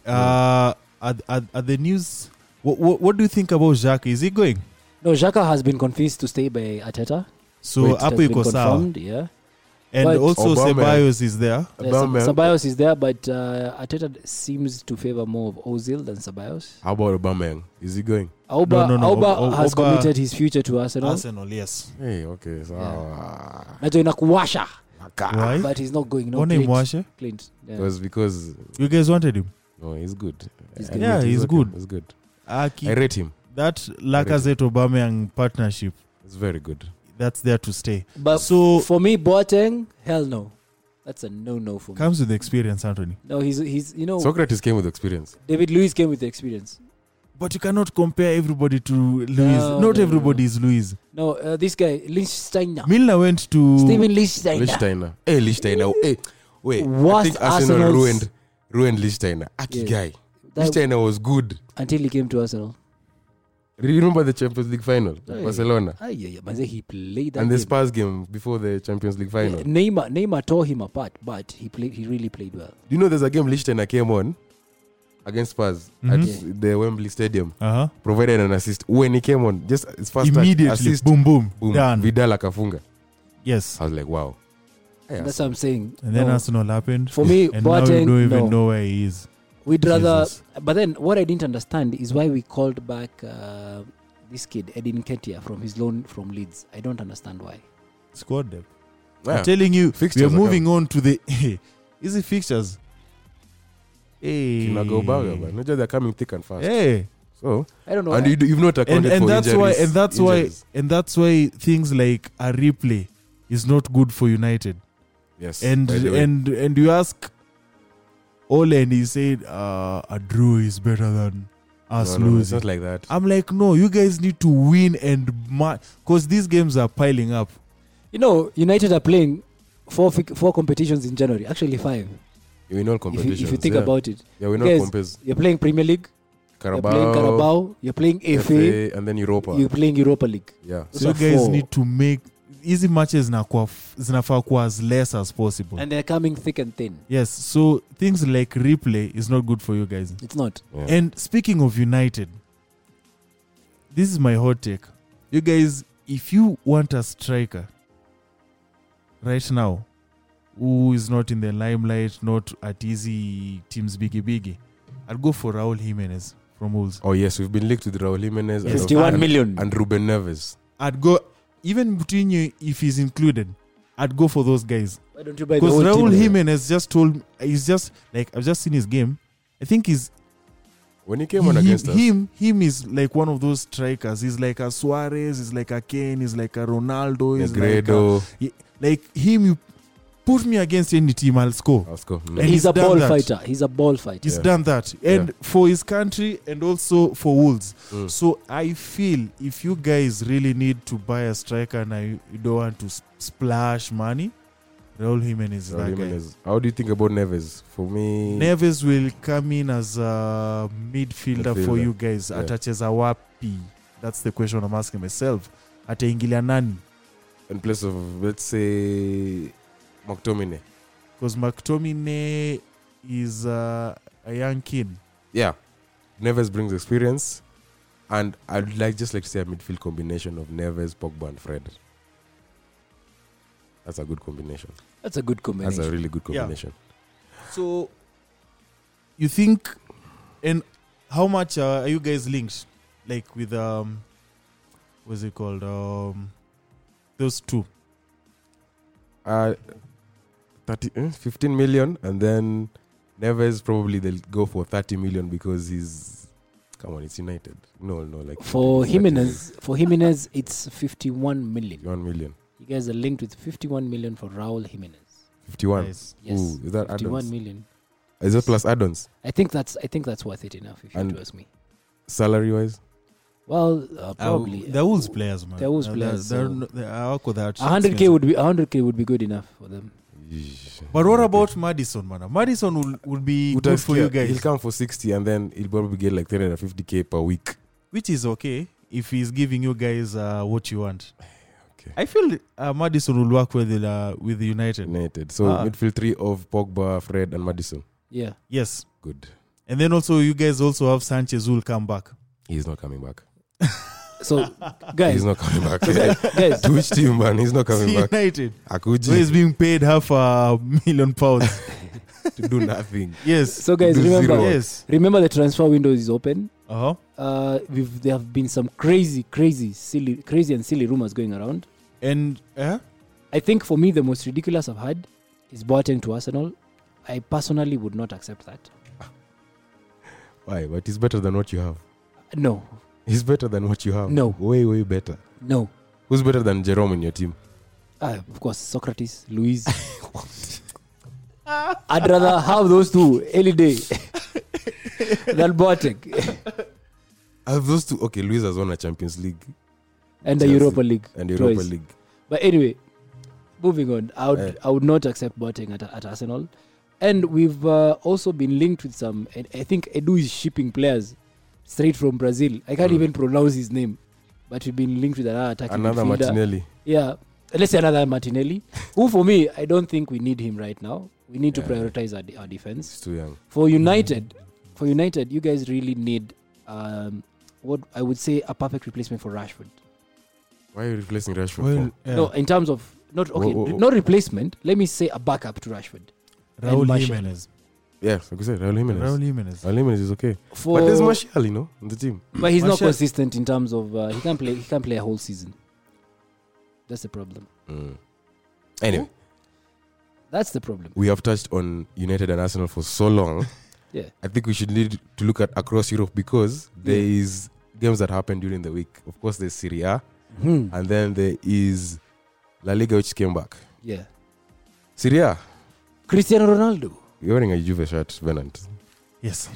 E: uh, are, are, are the news what, what, what do you think about jacques is he going
D: No, Xhaka has been confused to stay by Ateta.
E: so
D: Wait, it has
E: hapo
D: been
E: iko sawa
D: confirmed, Yeah.
E: and
D: But-
E: also
C: Aubameyang.
E: Ceballos is there
D: Yeah, Sab-
C: Aubameyang.
D: Ceballos is there, but uh, Ateta seems to favor more of Ozil than Ceballos.
C: how about Aubameyang is he going
D: Auba,
E: no, no,
D: Auba
E: Au- Au-
D: has
E: Auba-
D: committed his future to Arsenal.
E: arsenal yes
C: hey okay
E: ah,
C: sawa
D: Nacho inakuwasha,
E: why
D: Ah, but he's not going. No,
E: one
D: Clint.
E: imwashe
D: Clint, yeah.
C: because because
E: you guys wanted him
C: no he's good
D: He's
C: I
D: good.
C: rate
E: Yeah,
C: him.
E: he's
C: okay.
E: good.
C: he's good
E: Aki,
C: I rate him
E: Ah, that Lacazette Aubameyang partnership
C: it's very good
E: that's there to stay.
D: But
E: So-
D: for me, Boateng, hell no. That's a no no for me.
E: Comes with experience, Anthony.
D: No, he's he's you know
C: Socrates came with experience
D: David Luiz came with the experience.
E: But you cannot compare everybody to Luis.
D: No,
E: Not
D: no,
E: everybody is Luis.
D: No, uh, this guy Lichtensteiner,
E: Milner went to
D: Steven Lichtensteiner.
C: Lichsteiner. Hey, Lichsteiner. Hey, wait. I
D: Worst
C: think Arsenal
D: Arsenal's-
C: ruined ruined Lichsteiner. Aki
D: Yeah.
C: guy.
D: That-
C: Lichsteiner was good.
D: Until he came to Arsenal,
C: Remember the Champions League final,
D: Hey.
C: Barcelona,
D: Ay, yeah, yeah, manze, he played that
C: and the
D: game.
C: Spurs game before the Champions League final.
D: Yeah, Neymar, Neymar tore him apart, but he played. He really played well.
C: Do you know there's a game Lichsteiner came on against Spurs at
E: Mm-hmm.
D: Mhm.
C: the Wembley Stadium,
E: uh-huh.
C: provided an assist when he came on. Just his first touch,
E: immediately.
C: assist,
E: Boom, boom,
C: boom,
E: done.
C: Vidal akafunga.
E: yes.
C: I was like, wow. Hey,
D: That's what I'm saying.
E: And then
D: No.
E: Arsenal happened.
D: for me,
E: And now you
D: Boateng,
E: don't even
D: no.
E: know where he is.
D: We'd rather.
E: Jesus.
D: But then, what I didn't understand is why we called back uh, this kid Edin Ketia from his loan from Leeds. I don't understand why.
E: Squad depth.
C: yeah.
E: I'm telling you,
C: Fixtures
E: we're
C: are coming.
E: moving on to the easy fixtures. Hey.
C: Kina Gaubaga, but no, they're coming thick and fast.
E: Hey.
C: So,
D: I don't know.
C: and
D: why.
C: you, do- you've not
E: and,
C: accounted
E: and
C: for
E: that's
C: injuries.
E: why and that's
C: injuries.
E: why and that's why things like a replay is not good for United.
C: Yes.
E: And
C: by the way.
E: and and you ask Ole and he said uh, a draw is better than us
C: no, no, no, it's
E: losing.
C: not like that.
D: Ah,
E: I'm like, no, you guys need to win and because these games are piling up.
D: You know, United are playing four fi- four competitions in January. Actually, five.
C: You win all
D: If you,
C: competitions.
D: if you think
C: yeah.
D: about it,
C: yeah, we
D: guys,
C: know compares
D: you're playing Premier League,
C: Carabao,
D: you're playing Carabao, you're playing FA,
C: FA, and then Europa.
D: you're playing Europa League.
C: yeah.
D: Those
E: so you
D: are
E: guys
D: four.
E: need to make easy matches zinakuwa f- zinafaa kuwa as less as possible.
C: Mm.
D: and they're coming thick and thin.
E: yes, so things like replay is not good for you guys.
D: It's not.
C: yeah.
E: And speaking of United, this is my hot take. You guys, if you want a striker right now who is not in the limelight, not at easy teams biggie biggie, I'd go for Raul Jimenez from Wolves.
C: oh yes, we've been linked with Raul Jimenez and-
D: 51
C: and,
D: million.
C: and Ruben Neves.
E: I'd go even between you if he's included. I'd go for those guys
D: Why don't you buy the
E: because
D: whole team
E: Raul
D: then?
E: Jimenez just told he's just like I've just seen his game. I think he's
C: When he came on against us,
E: him, him is like one of those strikers. He's like a Suarez, he's like a Kane, he's like a Ronaldo, he's like, uh, a,
C: Negredo,
E: like him. You put me against any team, I'll score.
C: Oscar, mm.
E: and
D: He's
E: he's
D: a
E: done
D: ball
E: that.
D: fighter. He's a ball fighter.
E: He's
C: Yeah.
E: done that, and
C: Yeah.
E: for his country, and also for Wolves.
C: Mm.
E: So I feel if you guys really need to buy a striker and I, you don't want to s- splash money, Raul Jimenez is
C: Raul
E: that guy.
C: Jimenez. How do you think about Neves? For me,
E: Neves will come in as a midfielder, for
C: Midfielder.
E: you guys.
C: Yeah.
E: Ataches Awapi. That's the question I'm asking myself. Ataingilia nani?
C: in place of let's say mctominay
E: Because McTominay is uh, a young kid.
C: yeah neves brings experience and i'd like just like to say a midfield combination of neves pogba and fred that's a good combination
D: That's a good
C: that's
D: combination.
C: a really good
E: Yeah.
C: combination
E: So, you think, and how much uh, are you guys linked? Like with um, what's it called? Um, those two.
C: uh 30, eh, 15 million and then neves probably they'll go for 30 million because he's come on it's united no no like
D: for
C: it's 30 million.
D: Jimenez, for Jimenez, it's 51 million.
C: 51 million
D: You guys are linked with 51 million for Raul Jimenez.
C: 51
E: Nice.
D: Yes,
C: Ooh, is that
D: 51
C: add-ons?
D: million.
C: is that plus add-ons
D: I think that's I think that's worth it enough. If you
C: And-
D: had to ask me,
C: salary wise
D: well, uh, probably
E: They're Wolves players, man.
D: They're Wolves players,
E: They're,
D: so-
E: they're, they're, uh, awkward, they're
D: hundred k would be hundred k would be good enough for them.
E: But what about Madison, man? Madison will, will be good for you
C: He'll
E: guys,
C: come for 60 and then he'll probably get like 350k per week.
E: which is okay if he's giving you guys uh, what you want.
C: Okay.
E: I feel uh, Madison will work with uh, with United.
C: United. So
E: Ah.
C: midfield three of Pogba, Fred, and Madison.
D: Yeah,
E: Yes,
C: Good.
E: and then also you guys also have Sanchez who will come back.
C: He's not coming back.
D: so
C: He's
D: guys,
C: not coming back. to
D: guys,
C: which team, man? He's not coming back.
E: United, who is
C: Akuji
E: being paid half a million pounds.
C: to do nothing.
E: yes,
D: so guys,
C: do zero.
D: remember,
E: yes.
D: remember the transfer window is open.
E: Uh huh.
D: Uh, we've, there have been some crazy, crazy, silly, crazy and silly rumors going around.
E: And uh,
D: I think for me the most ridiculous I've had is Boateng to Arsenal. I personally would not accept that.
C: Why? But he's better than what you have.
D: No,
C: He's better than what you have.
D: No.
C: Way, way better.
D: no.
C: Who's better than Jerome in your team?
D: Ah, of course, Socrates, Louise. I'd rather have those two any day than Boateng
C: I have those two. Okay, Luis has won a Champions League
D: and the
C: Chelsea
D: Europa League.
C: and Europa
D: twice.
C: League.
D: But anyway, moving on. I would
C: Eh.
D: I would not accept Boateng at, at Arsenal, and we've uh, also been linked with some. And I think Edu is shipping players straight from Brazil. I can't
C: Mm.
D: even pronounce his name, but we've been linked with another attacking
C: Another
D: midfielder.
C: Martinelli.
D: Yeah, let's say another Martinelli, who for me I don't think we need him right now. We need
C: Yeah.
D: to prioritize our, de- our defense
C: He's too young.
D: for United, for United, you guys really need um, what I would say a perfect replacement for Rashford.
C: Why are you replacing Rashford?
E: well,
C: for?
E: yeah,
D: No, in terms of not okay,
C: Wo- wo- wo-
D: not replacement. Let me say a backup to Rashford. and
E: Raul
D: Martial.
E: Jimenez.
C: Yeah, like you said, Raul Jimenez.
E: Raul Jimenez.
C: Raul Jimenez is okay.
D: For
C: But there's Martial, you know, in the team.
D: but he's not
E: Martial.
D: consistent in terms of uh, he can't play. He can't play a whole season. That's the problem.
C: Anyway,
D: That's the problem.
C: we have touched on United and Arsenal for so long.
D: Yeah.
C: I think we should need to look at across Europe because there is games that happen during the week. Of course, there's Serie A,
D: Hmm.
C: and then there is La Liga, which came back.
D: Yeah,
C: Serie A,
D: Cristiano Ronaldo.
C: you're wearing a Juve shirt, Venant.
E: Yes.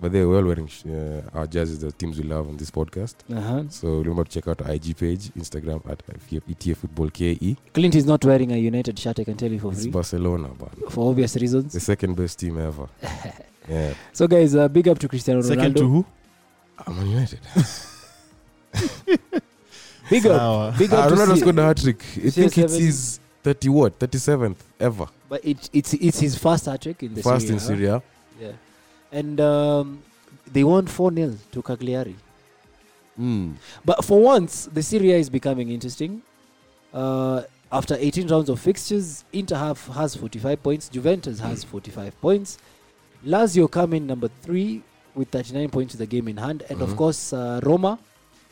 C: But they're all wearing sh- uh, our jerseys, the teams we love on this podcast.
D: Uh huh.
C: So remember to check out our IG page, Instagram at ETF Football KE.
D: Clint is not wearing a United shirt. I can tell you for
C: It's
D: free,
C: Barcelona, man.
D: for obvious
C: The
D: reasons.
C: second best team ever. yeah.
D: So guys, uh, big up to Cristiano
E: Second
D: Ronaldo.
E: to who?
C: I'm on United.
D: Big up.
E: Sawa.
D: Big
C: Uh,
D: up to
C: Ronaldo
D: C-
C: scored a hat trick. I think it's
D: CR7.
C: his 30 what? 37th ever.
D: But it, it's it's his first hat trick in the
C: First
D: Serie
C: in
D: A.
C: Syria.
D: Yeah, and um, they won four 0 to Cagliari.
C: Mm.
D: But for once, the Serie A is becoming interesting. Uh, after 18 rounds of fixtures, Inter have, has 45 points. Juventus has 45 points. Lazio come in number three with 39 points with the game in hand, and
C: Mhm.
D: of course uh, Roma,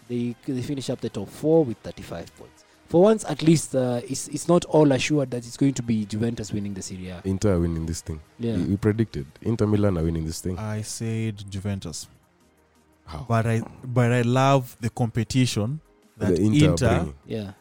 D: they they finish up the top four with 35 points. For once, at least, uh, it's it's not all assured that it's going to be Juventus winning the Serie A.
C: Inter are winning this thing.
D: Yeah.
C: We, we predicted. Inter Milan are winning this thing.
E: I said Juventus,
C: How?
E: but I but I love the competition that
C: The
E: Inter,
C: Inter, are bringing.
D: Yeah.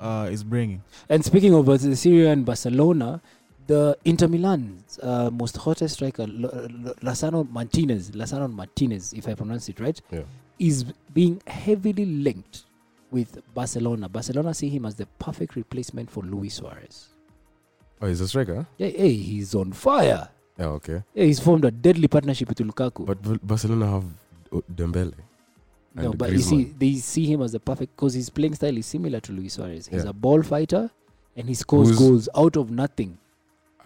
E: uh, is bringing.
D: And speaking of Bas- the Syria and Barcelona, the Inter Milan's uh, most hottest striker, L- L- Lasano Martinez, Lasano Martinez, if I pronounce it right,
C: Yeah.
D: is being heavily linked with Barcelona. Barcelona see him as the perfect replacement for Luis Suarez.
C: Oh, he's a striker? huh?
D: Yeah, hey, he's on fire.
C: Yeah, okay.
D: Yeah, he's formed a deadly partnership with Lukaku.
C: But Bar- Barcelona have O- uh, Dembele.
D: No,
C: and
D: but you
C: Griezmann.
D: see, they see him as a perfect because his playing style is similar to Luis Suarez. He's
C: Yeah.
D: a ball fighter, and he scores
C: Who's-
D: goals out of nothing.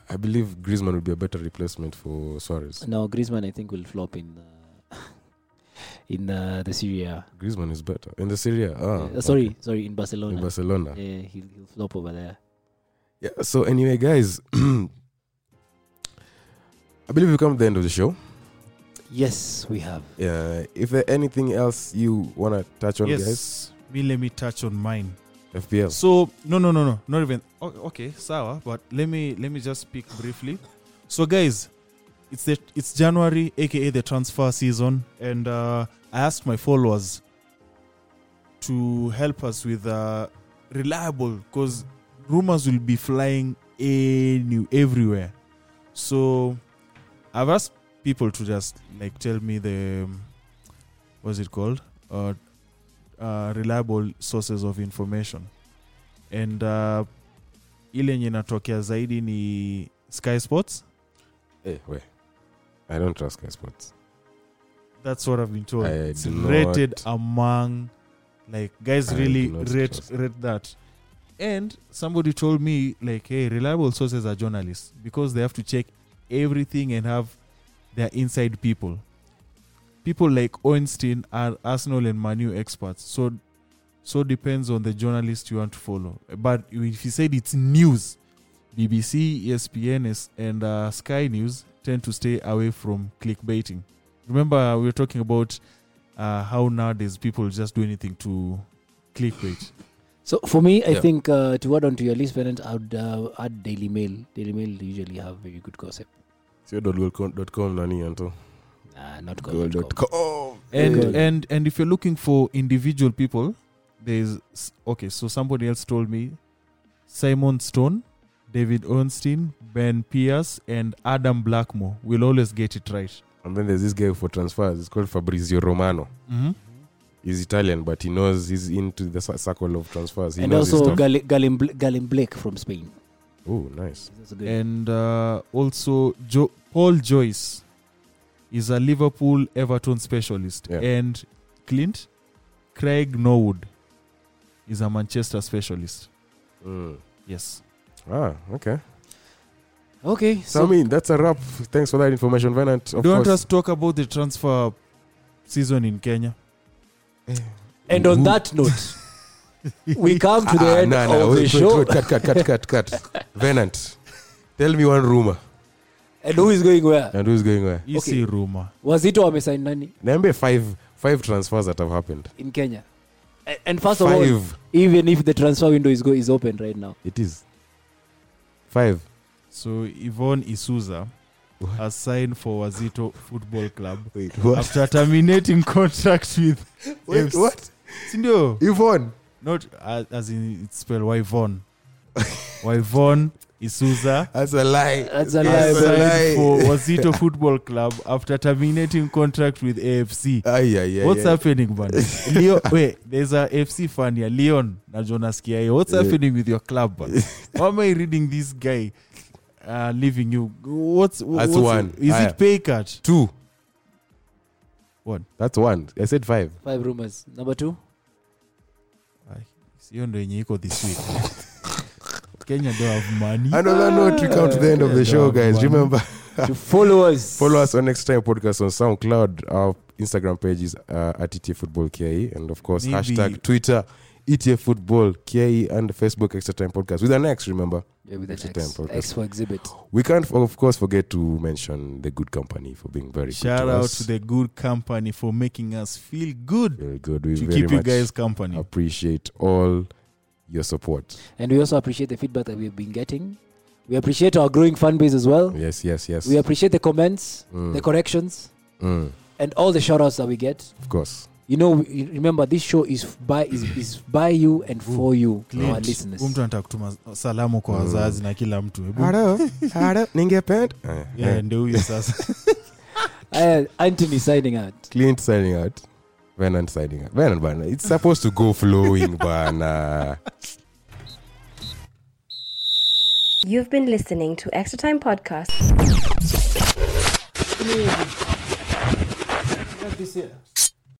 C: I believe Griezmann would be a better replacement for Suarez.
D: Now Griezmann, I think, will flop in uh, in uh, the Syria.
C: Griezmann is better in the Syria. Ah,
D: sorry,
C: okay.
D: sorry, in Barcelona.
C: in Barcelona.
D: yeah, he'll, he'll flop over there.
C: Yeah. So anyway, guys, I believe we come to the end of the show.
D: Yes, we have.
C: Yeah. If there anything else you wanna touch on, guys,
E: yes. Me, let me touch on mine.
C: FPL.
E: So no, no, no, no, not even. o- Okay, sour. But let me let me just speak briefly. So guys, it's the it's January, aka the transfer season, and uh, I asked my followers to help us with uh, reliable because rumors will be flying any everywhere. So I've asked people to just like tell me the um, what's it called uh, uh, reliable sources of information and uh, ile yenye inatokea zaidi ni sky sports
C: Eh, wait. I don't trust Sky Sports.
E: that's what i've been told
C: I
E: it's
C: do not-
E: rated among like guys
C: I
E: really
C: do not
E: rate,
C: trust.
E: rate that and somebody told me like hey reliable sources are journalists because they have to check everything and have their inside people people like Oenstein are arsenal and manu experts so so depends on the journalist you want to follow but if you said it's news bbc espn is- and uh, sky news tend to stay away from clickbaiting remember we were talking about uh, how nowadays people just do anything to clickbait.
D: So for me, I
C: Yeah.
D: think uh, to add on to your list, Bennett, I would uh, add Daily Mail. Daily Mail usually have very good gossip.
C: Sio dot goal dot com nani Anto?
D: Nah, not
C: Goal
D: gossip.
C: dot com.
E: and
D: Good.
E: and and if you're looking for individual people, there's okay. So somebody else told me Simon Stone, David Ornstein, Ben Pierce, and Adam Blackmore will always get it right.
C: And then there's this guy for transfers. It's called Fabrizio Romano.
E: Mm-hmm.
C: He's Italian, but he knows he's into the cir- circle of transfers. He
D: and
C: knows his
D: also
C: stuff.
D: Galen, Galen, Bla- Galen Blake from Spain.
C: oh, nice.
D: That's a good.
E: And uh, also jo- Paul Joyce is a Liverpool Everton specialist,
C: Yeah.
E: and Clint Craig Norwood is a Manchester specialist.
C: Mm.
E: Yes.
C: Ah, okay.
D: okay,
C: So, I mean, that's a wrap. Thanks for that information, Venant. Of
E: Do you want
C: course.
E: us to talk about the transfer season in Kenya?
D: And on that note, we come to the
C: Ah,
D: end
C: nah, nah,
D: of
C: wait,
D: the
C: wait,
D: show.
C: wait, cut, cut, cut, cut, cut. Venant, tell me one rumor
D: And who is going where?
C: and who's going where?
E: You
D: Okay.
E: see rumor.
D: Wazito wamesign nani
C: Niambie five five transfers that have happened.
D: in Kenya? A- And first of all,
C: Five.
D: even if the transfer window is go is open right now,
C: It is. Five.
E: So Yvonne Isuza has signed for Wazito Football Club
C: Wait, what?
E: after terminating contract with
C: Wait,
E: Yes.
C: what?
E: Sindio.
C: Yvonne.
E: Not uh, as in it's spelled Yvonne. Yvonne Isuza
C: That's a lie.
D: That's a
E: has
D: That's
E: signed for Wazito Football Club after terminating contract with AFC.
C: Ay, ay, ay,
E: What's
C: ay.
E: happening, man? Leo, wait, there's a FC fan here, Leon na Jonas Kiai. What's
C: Yeah.
E: happening with your club, man? Why am I reading this guy uh, leaving you? What's
C: That's
E: what's
C: one.
E: Is
C: Aya.
E: it pay cut?
C: Two.
E: One.
C: That's one. I said five.
D: five rumors. Number two,
E: Sio ndo yenye iko this week. Kenya don't have money.
C: And on that note, we come to the end of the show, guys. Remember,
D: to follow us.
C: follow us on Next Time Podcast on SoundCloud. Our Instagram page is uh, at ETF Football KIE. And of course,
E: Maybe-
C: hashtag Twitter, ETF Football KIE, and Facebook Extra Time Podcast. With an X, remember.
D: Yeah, with an
C: Extra
D: X.
C: time podcast.
D: X for exhibit.
C: We can't, of course, forget to mention the good company for being very
E: Shout
C: good.
E: out
C: us.
E: to the good company for making us feel good
C: Very good. We
E: to
C: very
E: keep you
C: much
E: guys company.
C: appreciate all your support.
D: And we also appreciate the feedback that we've been getting. We appreciate our growing fan base as well.
C: Yes, yes, yes.
D: We appreciate the comments,
C: Mm,
D: the corrections,
C: mm,
D: and all the shout outs that we get.
C: of course.
D: You know, we- you remember this show is by is, is by you and for you, our
E: Clint,
D: listeners.
E: huyu mtu anataka kutuma salamu kwa
C: Mm.
E: wazazi na kila mtu. Hebu-
C: Hello, hello, ningependa. Eh,
E: Yeah,
C: eh.
E: ndio huyo sasa.
D: Uh, Anthony signing out.
C: Clint signing out. Venant signing out. Venant, bana. It's supposed to go flowing, bana.
B: You've been listening to Extra Time Podcast.